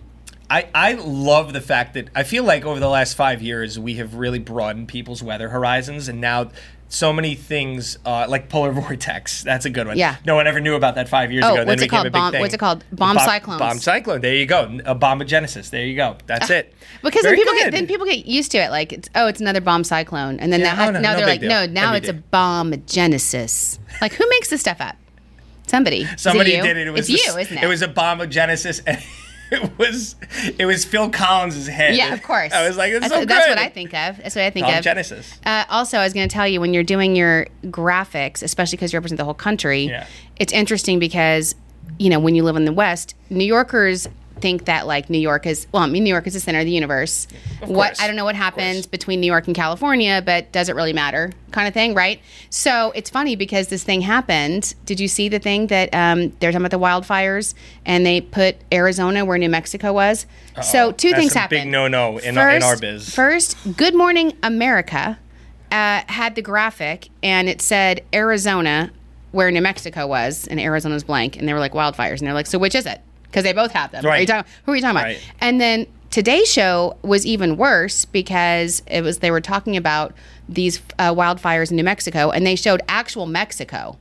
Speaker 3: I, I love the fact that I feel like over the last five years we have really broadened people's weather horizons, and now so many things uh, like polar *laughs* vortex. That's a good one.
Speaker 2: Yeah.
Speaker 3: No one ever knew about that five years
Speaker 2: Oh,
Speaker 3: ago.
Speaker 2: what's it
Speaker 3: then became
Speaker 2: called?
Speaker 3: A big
Speaker 2: Bomb-
Speaker 3: thing.
Speaker 2: what's it called? Bomb
Speaker 3: Bo-
Speaker 2: cyclones. Uh,
Speaker 3: Bomb cyclone. There you go. A bombogenesis. There you go. That's it.
Speaker 2: Because
Speaker 3: Very
Speaker 2: then people get
Speaker 3: good.
Speaker 2: then people get used to it. Like, it's, oh, it's another bomb cyclone, and then that
Speaker 3: Yeah,
Speaker 2: has,
Speaker 3: oh, no,
Speaker 2: now
Speaker 3: no
Speaker 2: they're like,
Speaker 3: big deal.
Speaker 2: no, now
Speaker 3: Every
Speaker 2: it's a
Speaker 3: day.
Speaker 2: bomb genesis. Like, who makes this stuff up? Somebody. Is it
Speaker 3: Somebody
Speaker 2: you?
Speaker 3: did it. It
Speaker 2: it's
Speaker 3: was this-
Speaker 2: you, isn't it?
Speaker 3: It was a bombogenesis. And *laughs* it was it was Phil Collins' head. *laughs*
Speaker 2: yeah, of course.
Speaker 3: I was like, this is
Speaker 2: that's,
Speaker 3: so
Speaker 2: that's
Speaker 3: good.
Speaker 2: what I think of. That's what I think
Speaker 3: Bomb
Speaker 2: of.
Speaker 3: Genesis.
Speaker 2: Uh, also, I was going to tell you when you're doing your graphics, especially because you represent the whole country,
Speaker 3: Yeah.
Speaker 2: it's interesting because, you know, when you live in the West, New Yorkers think that like New York is, well, I mean, New York is the center of the universe.
Speaker 3: course.
Speaker 2: What I don't know what
Speaker 3: Of course.
Speaker 2: happens between New York and California, but does it really matter kind of thing, right? So it's funny because this thing happened. Did you see the thing that um, they're talking about the wildfires and they put Arizona where New Mexico was? so two
Speaker 3: That's
Speaker 2: things
Speaker 3: a big
Speaker 2: happened.
Speaker 3: no-no in- in our biz.
Speaker 2: First, Good Morning America uh, had the graphic and it said Arizona, where New Mexico was, and Arizona's blank, and they were like wildfires, and they're like, so which is it? Because they both have them. Are you
Speaker 3: Right.
Speaker 2: talking, who are you talking about?
Speaker 3: Right.
Speaker 2: And then today's show was even worse because it was they were talking about these uh, wildfires in New Mexico, and they showed actual Mexico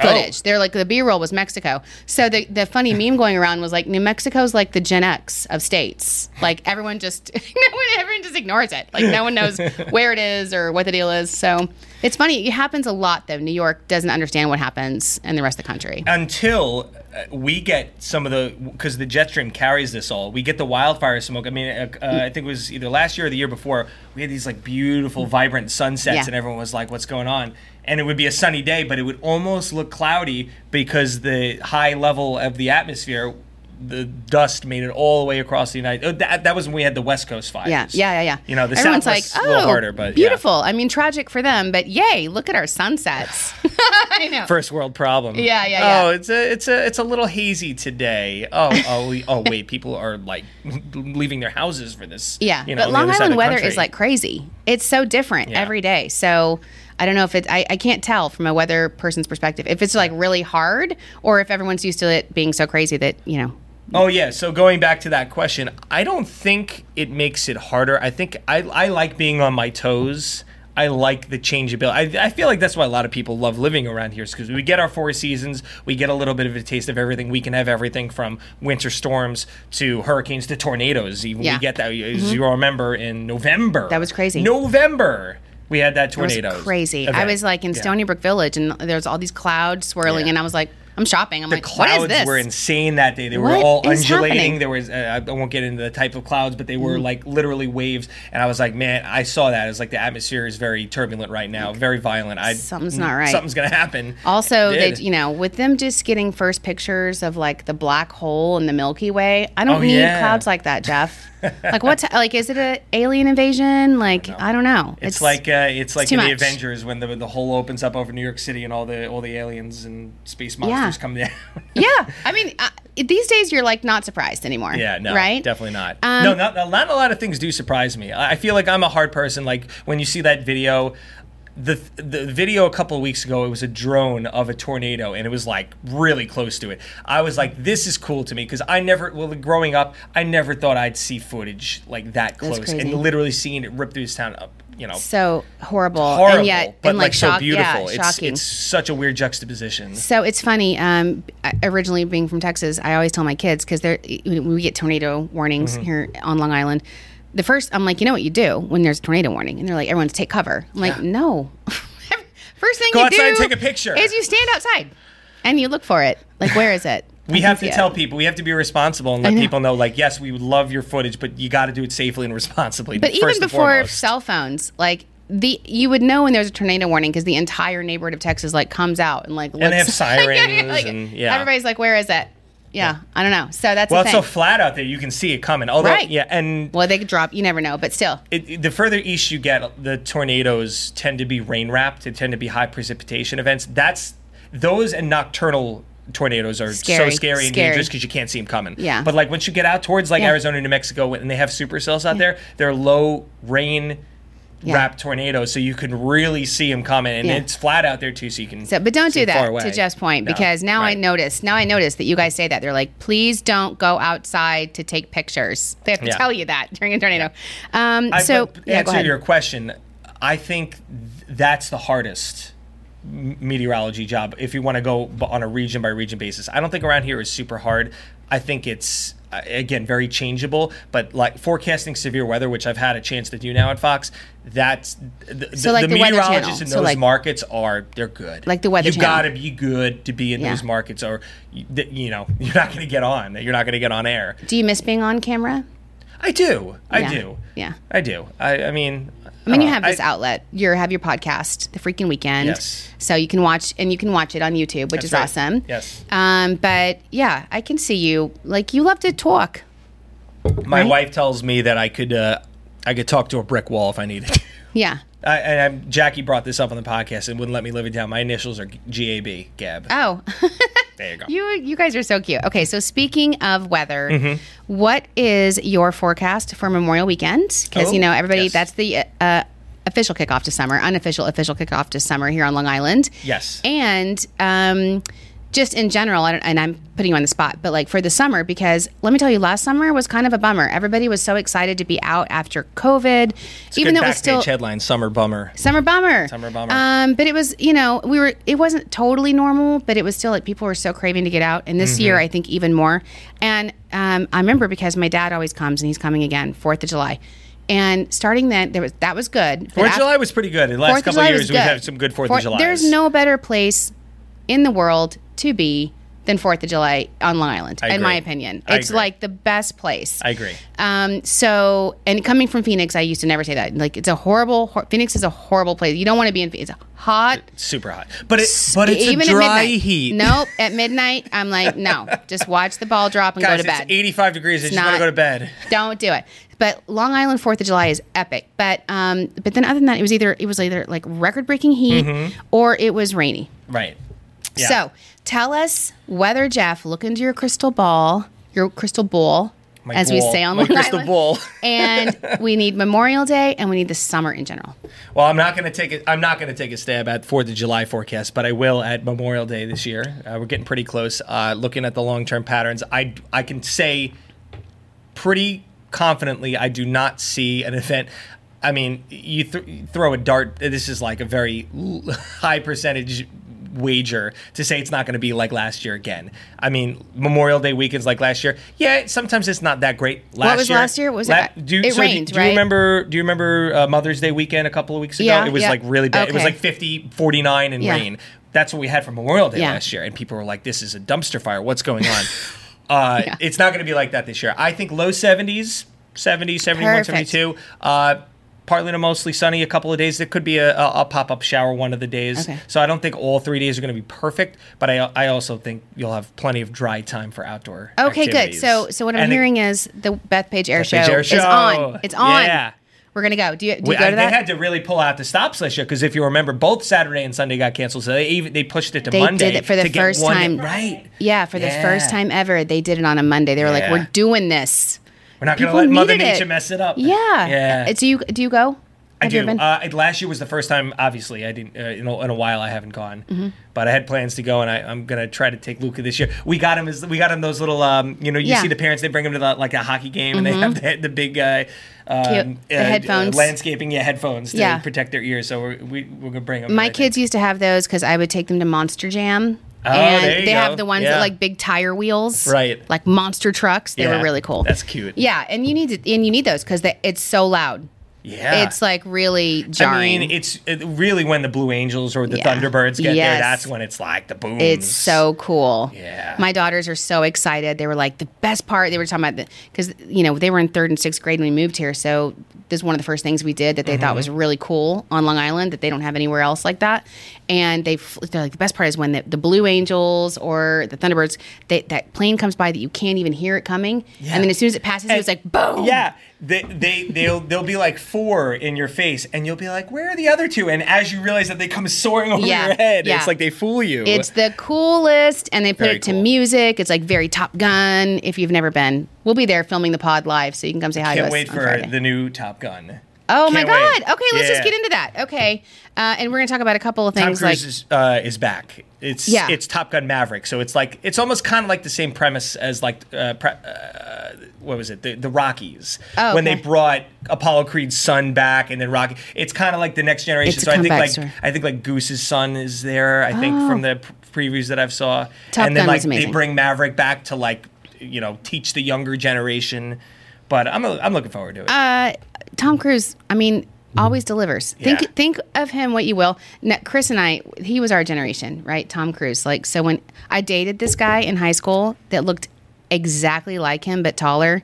Speaker 3: Oh.
Speaker 2: footage. They're like the B-roll was Mexico. So the the funny meme going around was like New Mexico's like the Gen X of states. Like everyone just *laughs* no one everyone just ignores it. Like no one
Speaker 3: *laughs*
Speaker 2: knows where it is or what the deal is. So it's funny. It happens a lot though. New York doesn't understand what happens in the rest of the country.
Speaker 3: until uh, we get some of the because the jet stream carries this all. We get the wildfire smoke. I mean, uh, uh,
Speaker 2: Mm.
Speaker 3: I think it was either last year or the year before. We had these like beautiful, vibrant sunsets,
Speaker 2: Yeah.
Speaker 3: and everyone was like, "What's going on?" And it would be a sunny day, but it would almost look cloudy because the high level of the atmosphere, the dust made it all the way across the United. uh, That, that was when we had the West Coast fires.
Speaker 2: Yeah, yeah, yeah, yeah.
Speaker 3: You know, the
Speaker 2: Everyone's
Speaker 3: Southwest's
Speaker 2: like,
Speaker 3: a little
Speaker 2: "Oh,
Speaker 3: harder, but yeah.
Speaker 2: beautiful. I mean, tragic for them, but yay! Look at our sunsets. I know.
Speaker 3: First world problem.
Speaker 2: Yeah, yeah,
Speaker 3: Oh,
Speaker 2: yeah.
Speaker 3: it's a, it's a, it's a little hazy today. Oh, oh, we, oh, wait. People are like *laughs* leaving their houses for this.
Speaker 2: Yeah,
Speaker 3: you know, on
Speaker 2: but
Speaker 3: the
Speaker 2: Long
Speaker 3: other side of
Speaker 2: Island
Speaker 3: the
Speaker 2: weather
Speaker 3: country.
Speaker 2: is like crazy. It's so different
Speaker 3: Yeah.
Speaker 2: every day. So I don't know if it. I, I can't tell from a weather person's perspective if it's like really hard or if everyone's used to it being so crazy that you know.
Speaker 3: Oh yeah. So going back to that question, I don't think it makes it harder. I think I I like being on my toes. I like the changeability. I, I feel like that's why a lot of people love living around here is because we get our four seasons, we get a little bit of a taste of everything. We can have everything from winter storms to hurricanes to tornadoes. Even
Speaker 2: Yeah. Mm-hmm.
Speaker 3: we get that. As you remember in November,
Speaker 2: That was crazy.
Speaker 3: November, we had that
Speaker 2: It was
Speaker 3: tornado.
Speaker 2: crazy. I
Speaker 3: event.
Speaker 2: was like in
Speaker 3: Yeah.
Speaker 2: Stony Brook Village, and there's all these clouds swirling,
Speaker 3: Yeah.
Speaker 2: and I was like, I'm shopping. I'm
Speaker 3: The
Speaker 2: like,
Speaker 3: clouds
Speaker 2: what is this?
Speaker 3: were insane that day. They were
Speaker 2: What
Speaker 3: all
Speaker 2: is
Speaker 3: undulating.
Speaker 2: happening? Mm.
Speaker 3: There was uh, I won't get into the type of clouds, but they were like literally waves. And I was like, man, I saw that. It was like the atmosphere is very turbulent right now, very violent. I
Speaker 2: Something's not right.
Speaker 3: Something's gonna happen.
Speaker 2: Also,
Speaker 3: It
Speaker 2: they,
Speaker 3: did.
Speaker 2: you know, with them just getting first pictures of like the black hole and the Milky Way, I don't
Speaker 3: Oh,
Speaker 2: need
Speaker 3: yeah.
Speaker 2: clouds like that,
Speaker 3: *laughs*
Speaker 2: Jeff. like what's like is it a alien invasion? Like I don't know.
Speaker 3: It's, like uh, it's like
Speaker 2: too
Speaker 3: in the
Speaker 2: much.
Speaker 3: Avengers when the the hole opens up over New York City and all the all the aliens and space monsters come down.
Speaker 2: *laughs*
Speaker 3: *laughs*
Speaker 2: yeah. I mean, uh, these days you're like not surprised anymore.
Speaker 3: Yeah, no,
Speaker 2: right?
Speaker 3: definitely not.
Speaker 2: Um,
Speaker 3: no, not, not a lot of things do surprise me. I I feel like I'm a hard person. Like when you see that video, the the video a couple of weeks ago, it was a drone of a tornado, and it was like really close to it. I was like, this is cool to me because I never, well, growing up, I never thought I'd see footage like that close, and
Speaker 2: crazy.
Speaker 3: literally seeing it rip through this town up. You know,
Speaker 2: So horrible,
Speaker 3: horrible,
Speaker 2: and yet
Speaker 3: but
Speaker 2: and
Speaker 3: like,
Speaker 2: like, shock-
Speaker 3: so beautiful.
Speaker 2: Yeah,
Speaker 3: it's,
Speaker 2: shocking.
Speaker 3: it's such a weird juxtaposition.
Speaker 2: So it's funny. Um, I- originally being from Texas, I always tell my kids because they're when we get tornado
Speaker 3: Mm-hmm.
Speaker 2: warnings here on Long Island. The first, I'm like, you know what you do when there's a tornado warning, and they're like, everyone's take cover. I'm like, no. First *laughs* First thing
Speaker 3: Go
Speaker 2: you
Speaker 3: outside
Speaker 2: do
Speaker 3: and take a picture.
Speaker 2: is you stand outside and you look for it. Like where is it? I
Speaker 3: We
Speaker 2: can
Speaker 3: have
Speaker 2: see
Speaker 3: to
Speaker 2: it.
Speaker 3: tell people. We have to be responsible and let
Speaker 2: know.
Speaker 3: people know. Like, yes, we love your footage, but you got to do it safely and responsibly.
Speaker 2: But even
Speaker 3: first and
Speaker 2: before
Speaker 3: foremost.
Speaker 2: cell phones, like the you would know when there's a tornado warning because the entire neighborhood of Texas like comes out and like looks, *laughs*
Speaker 3: they have
Speaker 2: Yeah, yeah,
Speaker 3: sirens and- yeah.
Speaker 2: everybody's like, where is it? Yeah, I don't know. So that's
Speaker 3: well,
Speaker 2: the
Speaker 3: it's
Speaker 2: thing.
Speaker 3: so flat out there, you can see it coming. Although,
Speaker 2: Right.
Speaker 3: yeah, and
Speaker 2: well, they could drop. You never know, but still,
Speaker 3: it, it- the further east you get, the tornadoes tend to be rain wrapped. They tend to be high precipitation events. That's those and nocturnal tornadoes are
Speaker 2: Scary.
Speaker 3: so scary and
Speaker 2: Scary.
Speaker 3: dangerous because you can't see them coming.
Speaker 2: Yeah.
Speaker 3: But like once you get out towards like
Speaker 2: Yeah.
Speaker 3: Arizona, New Mexico, and they have supercells out there, they're low rain.
Speaker 2: Yeah.
Speaker 3: Wrapped tornadoes, so you can really see them coming, and
Speaker 2: Yeah.
Speaker 3: it's flat out there too, so you can.
Speaker 2: So, but don't
Speaker 3: see
Speaker 2: do
Speaker 3: far
Speaker 2: that
Speaker 3: away.
Speaker 2: to Jeff's point
Speaker 3: No,
Speaker 2: because now I
Speaker 3: right.
Speaker 2: notice. Now I notice that you guys say that they're like, please don't go outside to take pictures. They have to
Speaker 3: Yeah.
Speaker 2: tell you that *laughs* during a tornado. Um,
Speaker 3: I-
Speaker 2: so
Speaker 3: but
Speaker 2: yeah, go
Speaker 3: answer
Speaker 2: ahead.
Speaker 3: your question. I think th- that's the hardest m- meteorology job if you want to go b- on a region by region basis. I don't think around here is super hard. I think it's uh, again very changeable, but like forecasting severe weather, which I've had a chance to do now at Fox, that's th- th-
Speaker 2: So like the Weather Channel.
Speaker 3: meteorologists in
Speaker 2: So
Speaker 3: those
Speaker 2: like-
Speaker 3: markets are they're good.
Speaker 2: Like the Weather
Speaker 3: You've
Speaker 2: Channel.
Speaker 3: got to be good to be in
Speaker 2: Yeah.
Speaker 3: those markets, or you, th- you know *laughs* you're not going to get on. You're not going to get on air.
Speaker 2: do you miss being on camera?
Speaker 3: I do. I
Speaker 2: Yeah.
Speaker 3: do.
Speaker 2: Yeah.
Speaker 3: I do. I, I mean, uh,
Speaker 2: I mean, you have this outlet. You have your podcast, the freaking weekend.
Speaker 3: Yes.
Speaker 2: So you can watch and you can watch it on YouTube, which
Speaker 3: That's
Speaker 2: is
Speaker 3: right.
Speaker 2: awesome.
Speaker 3: Yes.
Speaker 2: Um, but yeah, I can see you. Like you love to talk.
Speaker 3: My
Speaker 2: right?
Speaker 3: wife tells me that I could, uh, I could talk to a brick wall if I needed. to. *laughs*
Speaker 2: Yeah.
Speaker 3: I, and I'm, Jackie brought this up on the podcast and wouldn't let me live it down. My initials are GAB, Gab.
Speaker 2: Oh, *laughs*
Speaker 3: there you go.
Speaker 2: you you guys are so cute. Okay, so speaking of weather,
Speaker 3: Mm-hmm.
Speaker 2: what is your forecast for Memorial Weekend? Because you
Speaker 3: Oh,
Speaker 2: know everybody,
Speaker 3: yes.
Speaker 2: that's the uh, official kickoff to summer, unofficial official kickoff to summer here on Long Island.
Speaker 3: yes.
Speaker 2: and um, just in general, I don't- and I'm putting you on the spot, but like for the summer, because let me tell you, last summer was kind of a bummer. Everybody was so excited to be out after COVID, even
Speaker 3: Good
Speaker 2: though it
Speaker 3: back
Speaker 2: was still
Speaker 3: page headline, summer bummer.
Speaker 2: summer bummer.
Speaker 3: Summer bummer.
Speaker 2: Um, but it was, you know, we were. It wasn't totally normal, but it was still like people were so craving to get out. And
Speaker 3: Mm-hmm.
Speaker 2: this year, I think even more. And um, I remember because my dad always comes, and he's coming again, Fourth of July. And starting then, there was that was good. But
Speaker 3: Fourth of
Speaker 2: af-
Speaker 3: July was pretty good. In the
Speaker 2: Fourth
Speaker 3: last
Speaker 2: of
Speaker 3: couple of
Speaker 2: July
Speaker 3: years,
Speaker 2: was
Speaker 3: we've had some good Fourth,
Speaker 2: Four-
Speaker 3: of July.
Speaker 2: There's no better place in the world to be than Fourth of July on Long Island, in
Speaker 3: agree.
Speaker 2: my opinion.
Speaker 3: I
Speaker 2: It's
Speaker 3: agree.
Speaker 2: like the best place.
Speaker 3: I agree.
Speaker 2: Um, so, and coming from Phoenix, I used to never say that. Like, it's a horrible. Hor- Phoenix is a horrible place. You don't want to be in. Phoenix. It's hot.
Speaker 3: Super hot, but it, but it's
Speaker 2: even
Speaker 3: a dry
Speaker 2: at midnight.
Speaker 3: heat.
Speaker 2: Nope. At midnight, I'm like, no. Just watch the ball drop and
Speaker 3: *laughs* guys,
Speaker 2: go to bed.
Speaker 3: it's 85 degrees. I just want
Speaker 2: not-
Speaker 3: to go to bed.
Speaker 2: Don't do it. But Long Island Fourth of July is epic. But um, but then other than that, it was either it was either like record breaking heat or it was rainy.
Speaker 3: Right. Mm-hmm. Yeah.
Speaker 2: So tell us whether Jeff, look into your crystal ball, your crystal bowl,
Speaker 3: My
Speaker 2: as we
Speaker 3: ball-
Speaker 2: say on
Speaker 3: my
Speaker 2: Long
Speaker 3: crystal
Speaker 2: Island.
Speaker 3: ball. *laughs*
Speaker 2: and we need Memorial Day and we need the summer in general.
Speaker 3: Well, I'm not going to take it. I'm not going to take a stab at Fourth of July forecast, but I will at Memorial Day this year. Uh, we're getting pretty close. Uh, looking at the long term patterns, I I can say pretty confidently I do not see an *laughs* event. I mean, you, th- you throw a dart. This is like a very *laughs* l- high percentage wager to say it's not going to be like last year again. I mean, Memorial Day weekends like last year. Yeah, sometimes it's not that great. Last
Speaker 2: was
Speaker 3: year,
Speaker 2: last year? Was it-
Speaker 3: do,
Speaker 2: it
Speaker 3: so do-
Speaker 2: rained,
Speaker 3: Do,
Speaker 2: right?
Speaker 3: you remember? Do you remember uh, Mother's Day weekend a couple of weeks ago?
Speaker 2: Yeah,
Speaker 3: it was
Speaker 2: yeah.
Speaker 3: like really bad. It was
Speaker 2: Okay.
Speaker 3: like 50, 49 and
Speaker 2: Yeah.
Speaker 3: rain. That's what we had for Memorial Day
Speaker 2: Yeah.
Speaker 3: last year, and people were like, "This is a dumpster fire. What's
Speaker 2: *laughs*
Speaker 3: going on?" uh, It's not going to be like that this year. I think low seventies, 70, 71,
Speaker 2: Perfect.
Speaker 3: 72. Uh, Partly to mostly sunny a couple of days. There could be a, a, a pop up shower one of the days.
Speaker 2: Okay.
Speaker 3: So I don't think all three days are going to be perfect, but I, I also think you'll have plenty of dry time for outdoor.
Speaker 2: Okay, good.
Speaker 3: activities.
Speaker 2: So so what I'm
Speaker 3: And it-
Speaker 2: hearing is the Bethpage Air,
Speaker 3: Bethpage
Speaker 2: Show,
Speaker 3: Air
Speaker 2: is
Speaker 3: Show.
Speaker 2: on. It's on.
Speaker 3: Yeah.
Speaker 2: We're gonna go. Do you, do you
Speaker 3: We-
Speaker 2: go
Speaker 3: I-
Speaker 2: to
Speaker 3: they
Speaker 2: that?
Speaker 3: had to really pull out the stops last year because if you remember, both Saturday and Sunday got canceled. So they even they pushed it to
Speaker 2: They did
Speaker 3: Monday
Speaker 2: it for the
Speaker 3: to get
Speaker 2: first
Speaker 3: one-
Speaker 2: time.
Speaker 3: Right?
Speaker 2: yeah, for the
Speaker 3: Yeah.
Speaker 2: first time ever, they did it on a Monday. They were like,
Speaker 3: Yeah.
Speaker 2: "We're doing this."
Speaker 3: We're not going to
Speaker 2: People
Speaker 3: let Mother
Speaker 2: needed it.
Speaker 3: Nature mess it up.
Speaker 2: Yeah.
Speaker 3: Yeah.
Speaker 2: Uh, Do you do you go?
Speaker 3: I
Speaker 2: Have you
Speaker 3: do.
Speaker 2: been?
Speaker 3: Uh, it- last year was the first time. Obviously, I didn't. Uh, in, a, in a while, I haven't gone.
Speaker 2: Mm-hmm.
Speaker 3: But I had plans to go, and I, I'm gonna try to take Luca this year. We got him. As, we got him those little. Um, you know, you
Speaker 2: Yeah. Mm-hmm.
Speaker 3: see the parents. They bring him to the, like a hockey game, and they have the, the big. Uh, um,
Speaker 2: Cute. The headphones.
Speaker 3: landscaping, yeah, headphones to
Speaker 2: Yeah.
Speaker 3: protect their ears. So we're, we, we're gonna bring them.
Speaker 2: My kids used to have those because I would take them to Monster Jam.
Speaker 3: Oh,
Speaker 2: and
Speaker 3: there you
Speaker 2: they have
Speaker 3: go.
Speaker 2: the ones
Speaker 3: Yeah.
Speaker 2: that like big tire wheels,
Speaker 3: Right.
Speaker 2: Like monster trucks. They
Speaker 3: Yeah.
Speaker 2: were really cool.
Speaker 3: That's cute.
Speaker 2: Yeah, and you need to, and you need those because it's so loud.
Speaker 3: Yeah.
Speaker 2: It's like really jarring.
Speaker 3: I mean, it's it, really when the Blue Angels or the
Speaker 2: Yeah.
Speaker 3: Thunderbirds get
Speaker 2: Yes.
Speaker 3: there. That's when it's like the boom.
Speaker 2: It's so cool.
Speaker 3: Yeah.
Speaker 2: My daughters are so excited. They were like, the best part, they were talking about, because, you know, they were in third and sixth grade when we moved here. So this is one of the first things we did that they
Speaker 3: Mm-hmm.
Speaker 2: thought was really cool on Long Island that they don't have anywhere else like that. And they, fl- they're like, the best part is when the, the Blue Angels or the Thunderbirds, they, that plane comes by that you can't even hear it coming. And then as soon as it passes, you, it's like, boom.
Speaker 3: Yeah, they, they they'll they'll be like four in your face, and you'll be like, "Where are the other two? And as you realize that they come soaring over
Speaker 2: Yeah,
Speaker 3: your head,
Speaker 2: yeah.
Speaker 3: it's like they fool you.
Speaker 2: It's the coolest, and they put
Speaker 3: Very
Speaker 2: it to
Speaker 3: cool.
Speaker 2: music. It's like very Top Gun. If you've never been, we'll be there filming the pod live, so you can come say hi to
Speaker 3: Can't
Speaker 2: us.
Speaker 3: wait
Speaker 2: on
Speaker 3: for
Speaker 2: Friday.
Speaker 3: the new Top Gun.
Speaker 2: Oh my
Speaker 3: Can't wait.
Speaker 2: God! Okay, let's just
Speaker 3: Yeah.
Speaker 2: get into that. Okay, uh, and we're gonna talk about a couple of
Speaker 3: Tom
Speaker 2: things like
Speaker 3: Cruise is, uh, is back. It's
Speaker 2: Yeah.
Speaker 3: it's Top Gun Maverick, so it's like it's almost kind of like the same premise as like uh, pre- uh, what was it the, the Rockies
Speaker 2: Oh,
Speaker 3: when
Speaker 2: okay.
Speaker 3: they brought Apollo Creed's son back and then Rocky. It's kind of like the next generation.
Speaker 2: It's a
Speaker 3: so I think
Speaker 2: comeback
Speaker 3: like
Speaker 2: story. Oh.
Speaker 3: I think like Goose's son is there. I think from the p- previews that I've saw,
Speaker 2: Top
Speaker 3: and then
Speaker 2: Gun
Speaker 3: like
Speaker 2: was amazing.
Speaker 3: they bring Maverick back to like you know teach the younger generation. But I'm a, I'm looking forward to it.
Speaker 2: uh, Tom Cruise. I mean, always delivers.
Speaker 3: Yeah.
Speaker 2: Think think of him what you will. Now, Chris and I, he was our generation, right? Tom Cruise. Like so, when I dated this guy in high school that looked exactly like him but taller.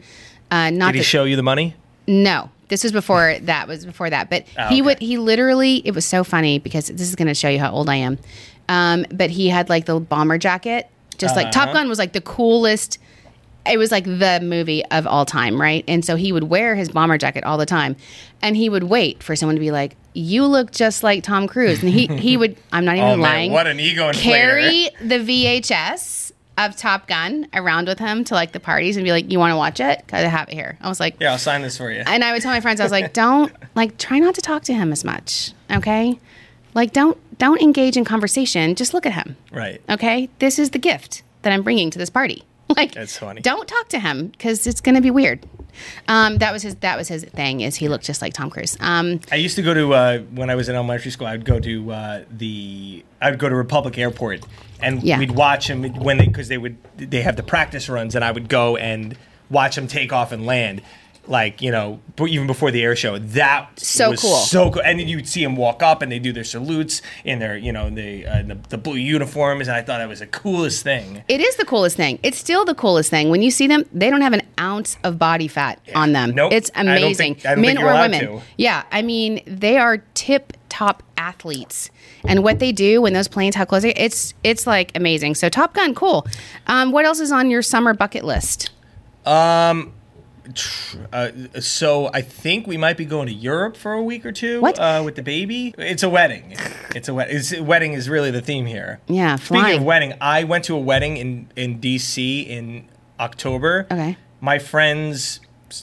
Speaker 2: Uh, not
Speaker 3: Did he
Speaker 2: that-
Speaker 3: show you the money?
Speaker 2: No, this was
Speaker 3: *laughs*
Speaker 2: before that was before that. But he
Speaker 3: Oh, okay.
Speaker 2: would he literally it was so funny because this is going to show you how old I am. Um, but he had like the bomber jacket, just like
Speaker 3: Uh-huh.
Speaker 2: Top Gun was like the coolest. It was like the movie of all time, right? And so he would wear his bomber jacket all the time, and he would wait for someone to be like, "You look just like Tom Cruise," and he he
Speaker 3: *laughs*
Speaker 2: would. I'm not even
Speaker 3: Oh, man,
Speaker 2: lying.
Speaker 3: what an ego inflator.
Speaker 2: Carry the VHS of Top Gun around with him to like the parties and be like, "You want to watch it? 'Cause I have it here." I was like,
Speaker 3: Here, I'll sign this for you.
Speaker 2: and I would tell my friends, I was like, don't like try not to talk to him as much, okay? Like don't don't engage in conversation. Just look at him,
Speaker 3: right.
Speaker 2: okay? This is the gift that I'm bringing to this party. *laughs* Like,
Speaker 3: That's funny.
Speaker 2: Don't talk to him because it's gonna be weird. Um, that was his. That was his thing. Is he looked just like Tom Cruise? Um,
Speaker 3: I used to go to uh, when I was in elementary school. I'd go to uh, the I'd go to Republic Airport, and
Speaker 2: Yeah.
Speaker 3: we'd watch them when they because they would they have the practice runs, and I would go and watch them take off and land. Like you know, b- even before the air show, that
Speaker 2: So
Speaker 3: was
Speaker 2: cool.
Speaker 3: so cool. And then you'd see them walk up, and they do their salutes in their you know the uh, the, the blue uniforms, and I thought that was the coolest thing.
Speaker 2: it is the coolest thing. It's still the coolest thing. When you see them, they don't have an ounce of body fat on them.
Speaker 3: Nope.
Speaker 2: It's
Speaker 3: I don't think-
Speaker 2: amazing.
Speaker 3: I don't
Speaker 2: Men
Speaker 3: think you're
Speaker 2: or
Speaker 3: allowed
Speaker 2: women.
Speaker 3: to.
Speaker 2: Yeah, I mean, they are tip top athletes, and what they do when those planes how close they, it's it's like amazing. So Top Gun, cool. Um, what else is on your summer bucket list?
Speaker 3: Uh, so I think we might be going to Europe for a week or two
Speaker 2: What?
Speaker 3: Uh, with the baby. It's a wedding. It's a wedding. It's, wedding is really the theme here.
Speaker 2: Yeah,
Speaker 3: Speaking
Speaker 2: flying.
Speaker 3: of wedding, I went to a wedding in in D.C. in October.
Speaker 2: Okay.
Speaker 3: My friend's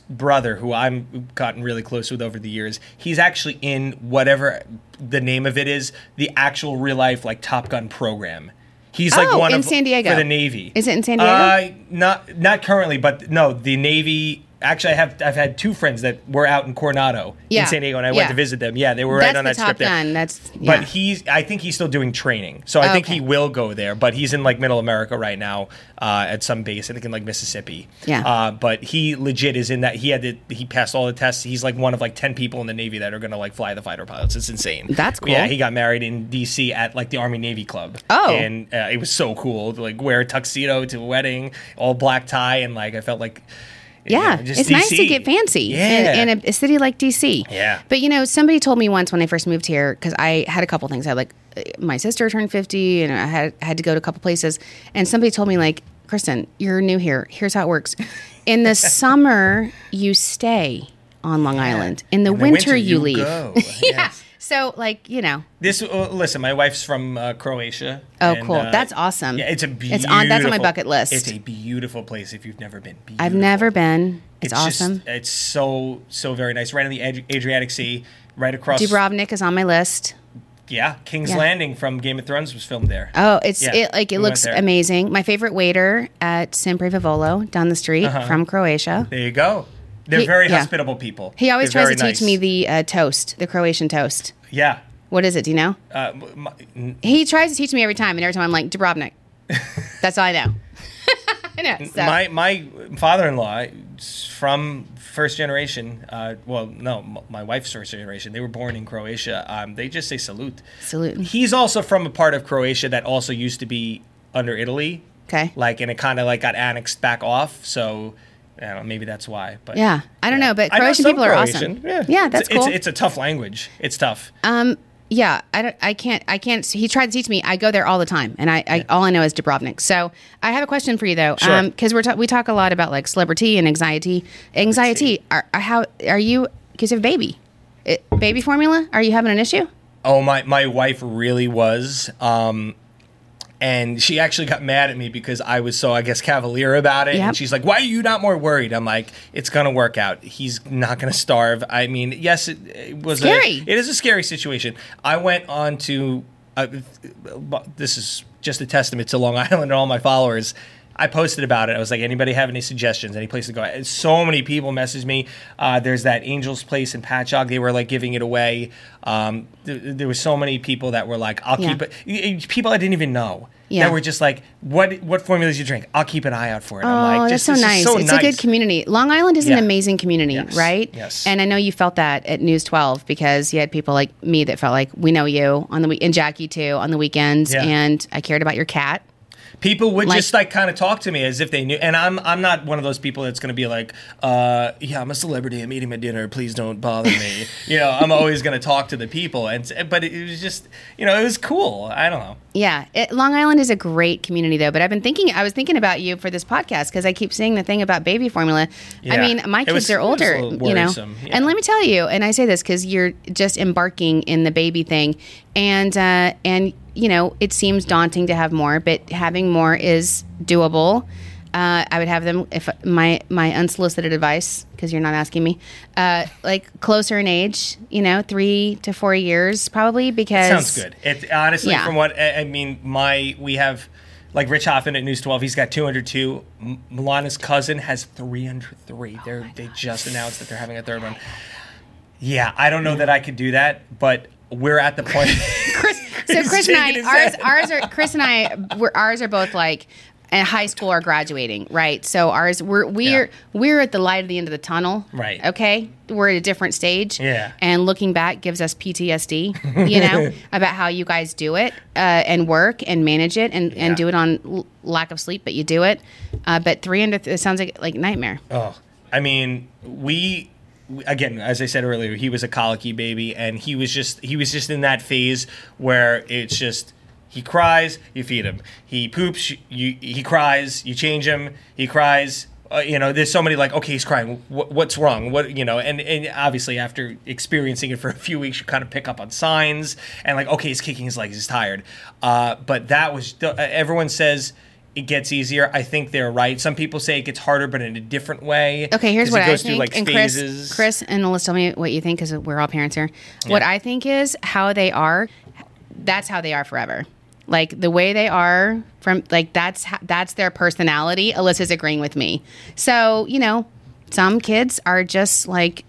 Speaker 3: brother, who I'm gotten really close with over the years, he's actually in whatever the name of it is, the actual real life like Top Gun program. He's like
Speaker 2: Oh,
Speaker 3: one
Speaker 2: in
Speaker 3: of
Speaker 2: San Diego.
Speaker 3: for the Navy.
Speaker 2: Is it in San Diego?
Speaker 3: Uh, not not currently, but no, the Navy. Actually, I have I've had two friends that were out in Coronado
Speaker 2: Yeah.
Speaker 3: in San Diego, and I
Speaker 2: Yeah.
Speaker 3: went to visit them. Yeah, they were
Speaker 2: That's
Speaker 3: right on
Speaker 2: the
Speaker 3: that
Speaker 2: Top
Speaker 3: strip there.
Speaker 2: Gun. That's yeah.
Speaker 3: But he's I think he's still doing training, so I think
Speaker 2: Okay.
Speaker 3: he will go there. But he's in like Middle America right now uh, at some base, I think in like Mississippi.
Speaker 2: Yeah.
Speaker 3: Uh, but he legit is in that. He had to, he passed all the tests. He's like one of like ten people in the Navy that are gonna like fly the fighter pilots. It's insane.
Speaker 2: That's cool.
Speaker 3: Yeah, he got married in D.C. at like the Army Navy Club.
Speaker 2: Oh.
Speaker 3: and uh, it was so cool. to, Like wear a tuxedo to a wedding, all black tie, and like I felt like. you
Speaker 2: Yeah,
Speaker 3: know, just
Speaker 2: it's nice to
Speaker 3: DC.
Speaker 2: get fancy
Speaker 3: Yeah.
Speaker 2: in, in a, a city like DC.
Speaker 3: Yeah.
Speaker 2: But you know, somebody told me once when I first moved here because I had a couple things. I had like uh, my sister turned fifty, and I had had to go to a couple places. And somebody told me like, Kristen, you're new here. Here's how it works. In
Speaker 3: *laughs*
Speaker 2: the summer, you stay on Long Island. In the,
Speaker 3: In the
Speaker 2: winter, you, leave.
Speaker 3: go.
Speaker 2: *laughs* Yeah.
Speaker 3: Yes.
Speaker 2: So like you know,
Speaker 3: This uh, listen, my wife's from uh, Croatia.
Speaker 2: Oh,
Speaker 3: and,
Speaker 2: cool.
Speaker 3: uh,
Speaker 2: That's awesome.
Speaker 3: Yeah, it's a beautiful.
Speaker 2: It's on. That's on my bucket list.
Speaker 3: It's a beautiful place if you've never been.
Speaker 2: I've
Speaker 3: Beautiful.
Speaker 2: never been. It's,
Speaker 3: just-
Speaker 2: awesome.
Speaker 3: it's so so very nice. Right on the Ad- Adriatic Sea, right across.
Speaker 2: Dubrovnik is on my list.
Speaker 3: Yeah, King's
Speaker 2: Yeah.
Speaker 3: Landing from Game of Thrones was filmed there.
Speaker 2: Oh, it's
Speaker 3: Yeah,
Speaker 2: it like it
Speaker 3: we went
Speaker 2: looks
Speaker 3: there.
Speaker 2: amazing. My favorite waiter at Sempre Vivolo down the street
Speaker 3: Uh-huh.
Speaker 2: from Croatia.
Speaker 3: There you go. They're
Speaker 2: He-
Speaker 3: very
Speaker 2: yeah.
Speaker 3: hospitable people.
Speaker 2: He always
Speaker 3: They're
Speaker 2: tries to
Speaker 3: very
Speaker 2: teach me
Speaker 3: nice.
Speaker 2: the uh, toast, the Croatian toast.
Speaker 3: Yeah.
Speaker 2: What is it? Do you know?
Speaker 3: Uh, m- m- *laughs*
Speaker 2: He tries to teach me every time, and every time I'm like Dubrovnik. That's all I know. *laughs* I know. So.
Speaker 3: My my father-in-law is from first generation. Uh, well, no, m- my wife's first generation. They were born in Croatia. Um, they just say salute.
Speaker 2: Salute.
Speaker 3: He's also from a part of Croatia that also used to be under Italy.
Speaker 2: Okay.
Speaker 3: Like, and it kind of like got annexed back off. So, I don't know, maybe that's why. But
Speaker 2: yeah, I don't know, but
Speaker 3: I know
Speaker 2: Croatian
Speaker 3: some
Speaker 2: people are awesome.
Speaker 3: Croatian. Yeah,
Speaker 2: that's
Speaker 3: it's, it's-
Speaker 2: cool.
Speaker 3: It's, a tough language. It's tough.
Speaker 2: Um, yeah, I don't, I can't, I can't. He tried to teach me. I go there all the time, and I, I all I know is Dubrovnik. So I have a question for you though,
Speaker 3: Sure.
Speaker 2: because we're ta- we talk a lot about like celebrity and anxiety. Anxiety. Are, are how are you? Because you have a baby, It- baby formula. Are you having an issue?
Speaker 3: Oh my! My wife really was, um, and she actually got mad at me because I was so, I guess, cavalier about it.
Speaker 2: Yep.
Speaker 3: And she's like, "Why are you not more worried?" I'm like, "It's gonna work out. He's not gonna starve." I mean, yes, it, it was a-
Speaker 2: Scary.
Speaker 3: it is a scary situation. I went on to uh, this is just a testament to Long *laughs* Island and all my followers. I posted about it. I was like, anybody have any suggestions? Any place to go? And so many people messaged me. Uh, there's that Angels Place in Patchogue. They were like giving it away. Um, th- there were so many people that were like, I'll
Speaker 2: Yeah.
Speaker 3: keep it. y- y- People I didn't even know
Speaker 2: Yeah.
Speaker 3: that were just like, what what formulas you drink? I'll keep an eye out for it. I'm
Speaker 2: Oh,
Speaker 3: like,
Speaker 2: that's
Speaker 3: this,
Speaker 2: so
Speaker 3: this
Speaker 2: nice.
Speaker 3: is so
Speaker 2: it's
Speaker 3: nice.
Speaker 2: a good community. Long Island is
Speaker 3: Yeah.
Speaker 2: an amazing community, right?
Speaker 3: Yes.
Speaker 2: And I know you felt that at News 12 because you had people like me that felt like we know you on the week and Jackie too on the weekends,
Speaker 3: Yeah.
Speaker 2: and I cared about your cat.
Speaker 3: people would
Speaker 2: Like-
Speaker 3: just like kind of talk to me as if they knew and i'm i'm not one of those people that's going to be like uh yeah i'm a celebrity i'm eating my dinner please don't bother me you know i'm always going to talk to the people and but it was just you know it was cool i don't know
Speaker 2: Yeah, it, Long Island is a great community though. But I've been thinking, I was thinking about you for this podcast because I keep seeing the thing about baby formula. I
Speaker 3: Yeah.
Speaker 2: mean, my
Speaker 3: It
Speaker 2: kids
Speaker 3: was-
Speaker 2: are
Speaker 3: it was a
Speaker 2: older,
Speaker 3: little
Speaker 2: you know.
Speaker 3: worrisome, yeah.
Speaker 2: And let me tell you, and I say this because you're just embarking in the baby thing, and uh, and you know, it seems daunting to have more, but having more is doable. Uh, I would have them if my my unsolicited advice because you're not asking me, uh, like closer in age, you know, three to four years probably because
Speaker 3: sounds good it honestly
Speaker 2: Yeah.
Speaker 3: from what I, I mean my we have like Rich Hoffman at News 12, he's got 202. M- Milana's cousin has 303. They're, they just announced that they're having a third one. Yeah, I don't know that I could do that, but we're at the point.
Speaker 2: Chris, so Chris and
Speaker 3: shaking
Speaker 2: I,
Speaker 3: his
Speaker 2: ours,
Speaker 3: head.
Speaker 2: ours are Chris and I, we're, ours are both like at high school or graduating, right? So ours, we're we're we're at the light at the end of the tunnel,
Speaker 3: Right.
Speaker 2: Okay, we're at a different stage,
Speaker 3: Yeah.
Speaker 2: And looking back gives us PTSD, you
Speaker 3: *laughs*
Speaker 2: know, about how you guys do it uh, and work and manage it and,
Speaker 3: Yeah.
Speaker 2: and do it on l- lack of sleep, but you do it. Uh, but three under th- it sounds like like nightmare.
Speaker 3: Oh, I mean, we we- again, as I said earlier, he was a colicky baby, and he was just he was just in that phase where it's just he cries, you feed him. He poops, you he cries, you change him. He cries. Uh, you know, there's somebody like, okay, he's crying. What, what's wrong? What you know? And and obviously, after experiencing it for *laughs* a few weeks, you kind of pick up on signs and like, okay, he's kicking his legs, he's tired. Uh, but that was everyone says it gets easier. I think they're right. Some people say it gets harder, but in a different way.
Speaker 2: Okay, here's
Speaker 3: 'Cause
Speaker 2: what I
Speaker 3: it goes
Speaker 2: think.
Speaker 3: Through, like,
Speaker 2: and
Speaker 3: phases.
Speaker 2: Chris, Chris, and Alyssa, tell me what you think because we're all parents here. What I think is how they are. That's how they are forever. Like the way they are from like that's ho- that's their personality. Alyssa's agreeing with me. So you know, some kids are just like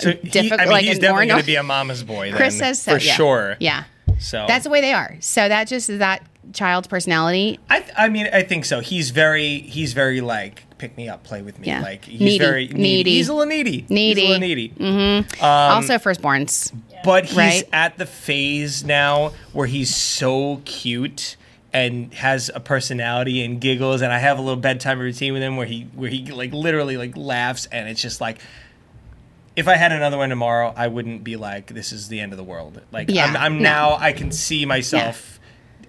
Speaker 3: So he-
Speaker 2: difficult.
Speaker 3: I mean,
Speaker 2: like
Speaker 3: he's
Speaker 2: more
Speaker 3: definitely going
Speaker 2: annoying-
Speaker 3: to be a mama's boy.
Speaker 2: Chris
Speaker 3: then,
Speaker 2: says so.
Speaker 3: for
Speaker 2: yeah.
Speaker 3: sure. Oh.
Speaker 2: Yeah,
Speaker 3: So
Speaker 2: that's the way they are. So that just is that child's personality.
Speaker 3: I, th- I mean, I think so. He's very, he's very like pick me up, play with me.
Speaker 2: Yeah.
Speaker 3: Like he's
Speaker 2: Needy.
Speaker 3: very needy.
Speaker 2: Needy.
Speaker 3: He's a little needy.
Speaker 2: Needy.
Speaker 3: He's a little needy. Um,
Speaker 2: also, firstborns.
Speaker 3: But he's
Speaker 2: Right?
Speaker 3: at the phase now where he's so cute and has a personality and giggles and I have a little bedtime routine with him where he where he like literally like laughs and it's just like if I had another one tomorrow, I wouldn't be like this is the end of the world. Like
Speaker 2: Yeah,
Speaker 3: I'm, I'm
Speaker 2: no.
Speaker 3: now I can see myself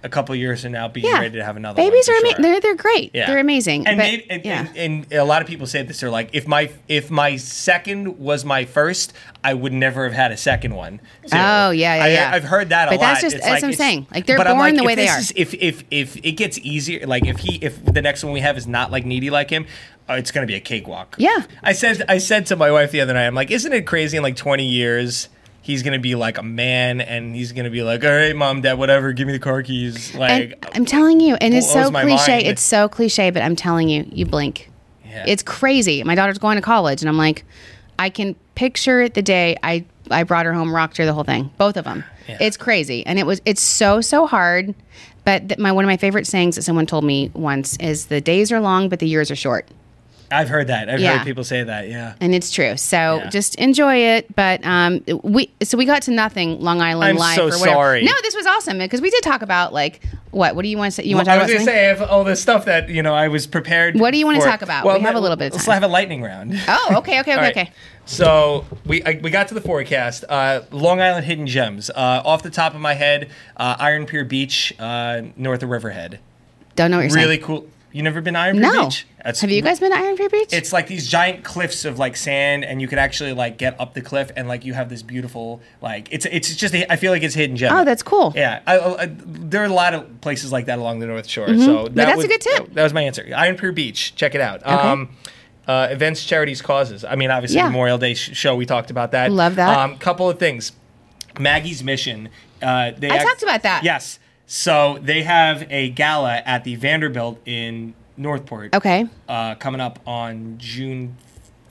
Speaker 3: a couple years from now being
Speaker 2: Yeah,
Speaker 3: ready to have another
Speaker 2: Babies
Speaker 3: one.
Speaker 2: are
Speaker 3: for
Speaker 2: ama-
Speaker 3: sure.
Speaker 2: they're they're great.
Speaker 3: Yeah.
Speaker 2: They're amazing.
Speaker 3: And,
Speaker 2: But-
Speaker 3: maybe, and, and, and a lot of people say this. They're like, if my if my second was my first, I would never have had a second one. too.
Speaker 2: Oh, yeah, yeah,
Speaker 3: I,
Speaker 2: yeah.
Speaker 3: I've heard that a
Speaker 2: But
Speaker 3: lot.
Speaker 2: that's just-
Speaker 3: It's
Speaker 2: that's what I'm
Speaker 3: it's-
Speaker 2: saying. Like, they're
Speaker 3: but I'm
Speaker 2: born the
Speaker 3: if
Speaker 2: way they
Speaker 3: this
Speaker 2: are.
Speaker 3: is- if if if it gets easier, like if he if the next one we have is not like needy like him. uh, It's gonna be a cakewalk.
Speaker 2: Yeah.
Speaker 3: I said I said to my wife the other night, I'm like, isn't it crazy? In like 20 years, he's gonna be like a man, and he's gonna be like, all right, mom, dad, whatever, give me the car keys.
Speaker 2: And
Speaker 3: Like,
Speaker 2: I'm telling you, and it's
Speaker 3: blows
Speaker 2: so
Speaker 3: my
Speaker 2: cliche.
Speaker 3: mind.
Speaker 2: It's so cliche, but I'm telling you, you blink.
Speaker 3: Yeah.
Speaker 2: It's crazy. My daughter's going to college, and I'm like, I can picture the day I I brought her home, rocked her the whole thing, both of them. It's crazy, and it was it's so so hard. But th- my one of my favorite sayings that someone told me once is the days are long, but the years are short.
Speaker 3: I've heard that. I've
Speaker 2: Yeah.
Speaker 3: heard people say that. Yeah.
Speaker 2: And it's true. So
Speaker 3: Yeah.
Speaker 2: just enjoy it. But um, we so we got to nothing Long Island
Speaker 3: I'm
Speaker 2: Live
Speaker 3: so
Speaker 2: or whatever.
Speaker 3: sorry.
Speaker 2: No, this was awesome because we did talk about like what? What do you want to say? You want to
Speaker 3: I
Speaker 2: talk
Speaker 3: was
Speaker 2: about
Speaker 3: going to
Speaker 2: something?
Speaker 3: say I have all this stuff that you know I was prepared.
Speaker 2: What do you wanna
Speaker 3: for.
Speaker 2: talk about? We have a little bit of
Speaker 3: Let's
Speaker 2: time.
Speaker 3: have a lightning round.
Speaker 2: Oh, okay, okay, okay,
Speaker 3: *laughs* All right.
Speaker 2: okay.
Speaker 3: So we I, we got to the forecast. Uh, Long Island hidden gems. Uh, off the top of my head, uh, Iron Pier Beach, uh, north of Riverhead.
Speaker 2: Don't know what you're
Speaker 3: Really
Speaker 2: saying.
Speaker 3: cool. You never been to Iron Pier
Speaker 2: No.
Speaker 3: Beach? That's-
Speaker 2: Have you guys been to Iron Pier Beach?
Speaker 3: It's like these giant cliffs of like sand, and you can actually like get up the cliff, and like you have this beautiful like it's it's just a, I feel like it's hidden gem.
Speaker 2: Oh, that's cool.
Speaker 3: Yeah, I, I, I- there are a lot of places like that along the North Shore. So that
Speaker 2: Mm-hmm. that's a
Speaker 3: was,
Speaker 2: good tip.
Speaker 3: That, was my answer. Iron Pier Beach, check it out. Um, uh, events, charities, causes. I mean, obviously
Speaker 2: Yeah.
Speaker 3: Memorial Day sh- show. We talked about that.
Speaker 2: Love that.
Speaker 3: Um, couple of things. Maggie's mission. Uh, they
Speaker 2: I talked about that.
Speaker 3: Yes. So they have a gala at the Vanderbilt in Northport
Speaker 2: okay.
Speaker 3: uh, coming up on June.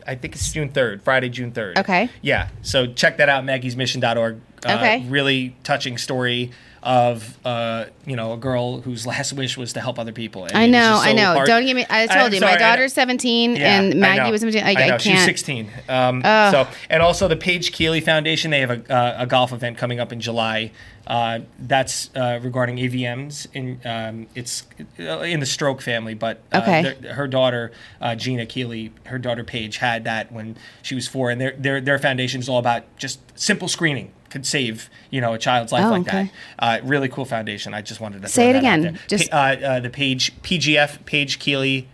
Speaker 3: I think it's June third, Friday, June third.
Speaker 2: Okay.
Speaker 3: Yeah. So check that out, Maggie'sMission.org. Uh,
Speaker 2: Okay.
Speaker 3: Really touching story of uh, you know a girl whose last wish was to help other people. And
Speaker 2: I
Speaker 3: it was
Speaker 2: know,
Speaker 3: just so
Speaker 2: I know.
Speaker 3: heart-
Speaker 2: Don't give me. I told
Speaker 3: I'm
Speaker 2: you,
Speaker 3: sorry,
Speaker 2: my
Speaker 3: I know.
Speaker 2: daughter's 17
Speaker 3: Yeah, I
Speaker 2: and Maggie
Speaker 3: know.
Speaker 2: was 17. I, I,
Speaker 3: know.
Speaker 2: can't. Oh.
Speaker 3: She's 16. Um, so, and also the Paige Keeley Foundation, they have a, uh, a golf event coming up in July. Uh, that's uh, regarding AVMs. In, um, it's uh, in the stroke family, but uh,
Speaker 2: Okay.
Speaker 3: their- her daughter, uh, Gina Keeley, her daughter Paige had that when she was four. And their, their, their foundation is all about just simple screening. Could save you know a child's life
Speaker 2: Oh,
Speaker 3: like
Speaker 2: okay.
Speaker 3: that. Uh, really cool foundation. I just wanted to
Speaker 2: Say
Speaker 3: throw
Speaker 2: it
Speaker 3: that out
Speaker 2: again.
Speaker 3: there. Pa-
Speaker 2: Just-
Speaker 3: uh, uh, the page PGF Page Keeley.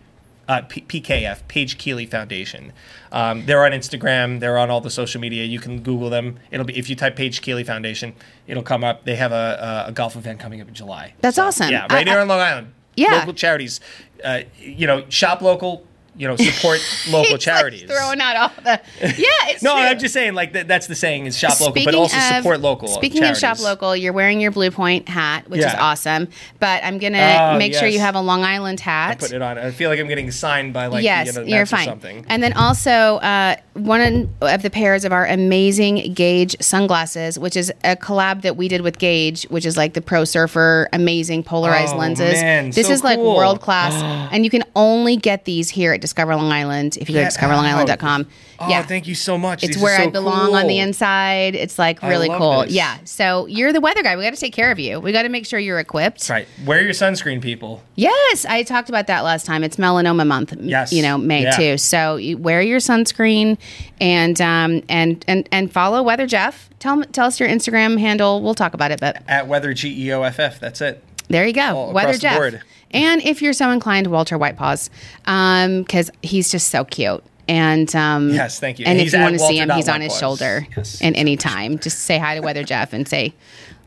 Speaker 3: Uh, P- PKF, Page Keeley Foundation. Um, they're on Instagram. They're on all the social media. You can Google them. It'll be if you type Page Keeley Foundation, it'll come up. They have a, a, a golf event coming up in July.
Speaker 2: That's awesome.
Speaker 3: Yeah,
Speaker 2: I-
Speaker 3: right
Speaker 2: *laughs*
Speaker 3: here
Speaker 2: I-
Speaker 3: on Long Island.
Speaker 2: Yeah.
Speaker 3: local charities. Uh, you know, shop local. You know, support
Speaker 2: *laughs*
Speaker 3: local
Speaker 2: He's, like,
Speaker 3: charities.
Speaker 2: throwing out all
Speaker 3: *laughs*
Speaker 2: the. Yeah, it's
Speaker 3: no,
Speaker 2: true.
Speaker 3: I'm just saying like that, that's the saying is shop local, but also support local.
Speaker 2: Speaking
Speaker 3: charities.
Speaker 2: of shop local, you're wearing your Blue Point hat, which is
Speaker 3: Yeah.
Speaker 2: awesome. But I'm gonna
Speaker 3: Oh,
Speaker 2: make sure you
Speaker 3: yes.
Speaker 2: have a Long Island hat.
Speaker 3: put it on. I feel like I'm getting signed by like
Speaker 2: yes,
Speaker 3: the, you know,
Speaker 2: you're
Speaker 3: or
Speaker 2: fine.
Speaker 3: something.
Speaker 2: And then also uh, one of the pairs of our amazing Gage sunglasses, which is a collab that we did with Gage, which is like the pro surfer, amazing polarized
Speaker 3: Oh,
Speaker 2: lenses.
Speaker 3: man,
Speaker 2: this
Speaker 3: so
Speaker 2: is like
Speaker 3: cool.
Speaker 2: world class,
Speaker 3: *gasps*
Speaker 2: and you can only get these here at Discover Long Island. If you go to
Speaker 3: Get out.
Speaker 2: discoverlongisland.com,
Speaker 3: Oh,
Speaker 2: yeah,
Speaker 3: thank you so much.
Speaker 2: it's where I belong on the inside. It's like really
Speaker 3: love
Speaker 2: cool.
Speaker 3: this.
Speaker 2: Yeah. So you're the weather guy. We got to take care of you. We got to make sure you're equipped.
Speaker 3: Right. Wear your sunscreen, people.
Speaker 2: Yes, I talked about that last time. It's melanoma month. m-
Speaker 3: Yes.
Speaker 2: You know May
Speaker 3: Yeah.
Speaker 2: too. So you wear your sunscreen and um and and and follow Weather Jeff. Tell him- tell us your Instagram handle. We'll talk about it. But
Speaker 3: At Weather G E O F F. That's it.
Speaker 2: there you go,
Speaker 3: All
Speaker 2: Weather
Speaker 3: across the
Speaker 2: Jeff.
Speaker 3: board.
Speaker 2: And if you're so inclined, Walter Whitepaws, because he's just so cute. And um,
Speaker 3: Yes, thank you.
Speaker 2: And
Speaker 3: He's
Speaker 2: if you
Speaker 3: at
Speaker 2: want to see him,
Speaker 3: Walter
Speaker 2: he's on his
Speaker 3: Whitepaws.
Speaker 2: shoulder
Speaker 3: Yes.
Speaker 2: at any time. Just say hi to Weather Jeff and say,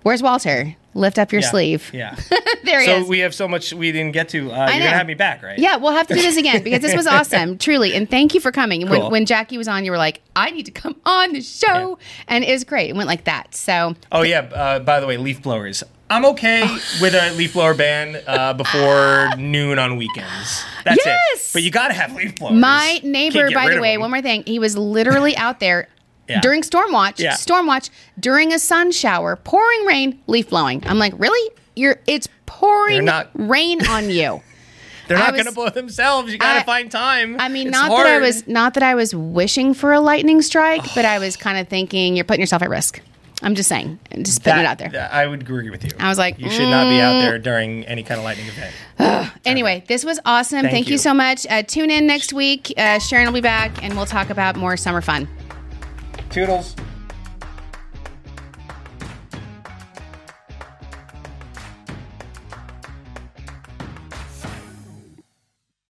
Speaker 2: "Where's Walter? Lift up your
Speaker 3: Yeah.
Speaker 2: sleeve."
Speaker 3: Yeah.
Speaker 2: *laughs* There he
Speaker 3: so
Speaker 2: is.
Speaker 3: we have so much we didn't get to. Uh, you're
Speaker 2: know.
Speaker 3: gonna have me back, right?
Speaker 2: Yeah, we'll have to do this again because this
Speaker 3: *laughs*
Speaker 2: was awesome, truly. And thank you for coming. And When,
Speaker 3: Cool.
Speaker 2: when Jackie was on, you were like, I need to come on the show. And it was great. It went like that. So,
Speaker 3: Oh yeah. Uh, by the way, leaf blowers. I'm okay
Speaker 2: Oh.
Speaker 3: with a leaf blower ban uh,
Speaker 2: *laughs*
Speaker 3: before noon on weekends. That's
Speaker 2: Yes!
Speaker 3: it. But you gotta have leaf blowers.
Speaker 2: my
Speaker 3: Can't
Speaker 2: neighbor,
Speaker 3: get
Speaker 2: by
Speaker 3: rid
Speaker 2: the
Speaker 3: of
Speaker 2: way,
Speaker 3: them.
Speaker 2: one more thing, he was literally out there.
Speaker 3: *laughs* Yeah.
Speaker 2: During storm watch,
Speaker 3: Yeah.
Speaker 2: storm watch, during a sun shower, pouring rain, leaf blowing. I'm like, really? You're it's pouring
Speaker 3: They're not-
Speaker 2: rain on you.
Speaker 3: They're
Speaker 2: I
Speaker 3: not
Speaker 2: was-
Speaker 3: gonna blow themselves. You gotta
Speaker 2: I-
Speaker 3: find time.
Speaker 2: I mean,
Speaker 3: *laughs* It's
Speaker 2: not that I
Speaker 3: hard.
Speaker 2: was not that I was wishing for a lightning strike, but I
Speaker 3: *sighs*
Speaker 2: was kind of thinking you're putting yourself at risk. I'm just saying, just putting
Speaker 3: That-
Speaker 2: it out there.
Speaker 3: that- I would agree with you.
Speaker 2: I was like, mm.
Speaker 3: you should not be out there during any kind of lightning event.
Speaker 2: Anyway, this was awesome. Thank,
Speaker 3: Thank
Speaker 2: you.
Speaker 3: you.
Speaker 2: so much. Uh, tune in next week. Uh, Sharon will be back, and we'll talk about more summer fun.
Speaker 3: Toodles.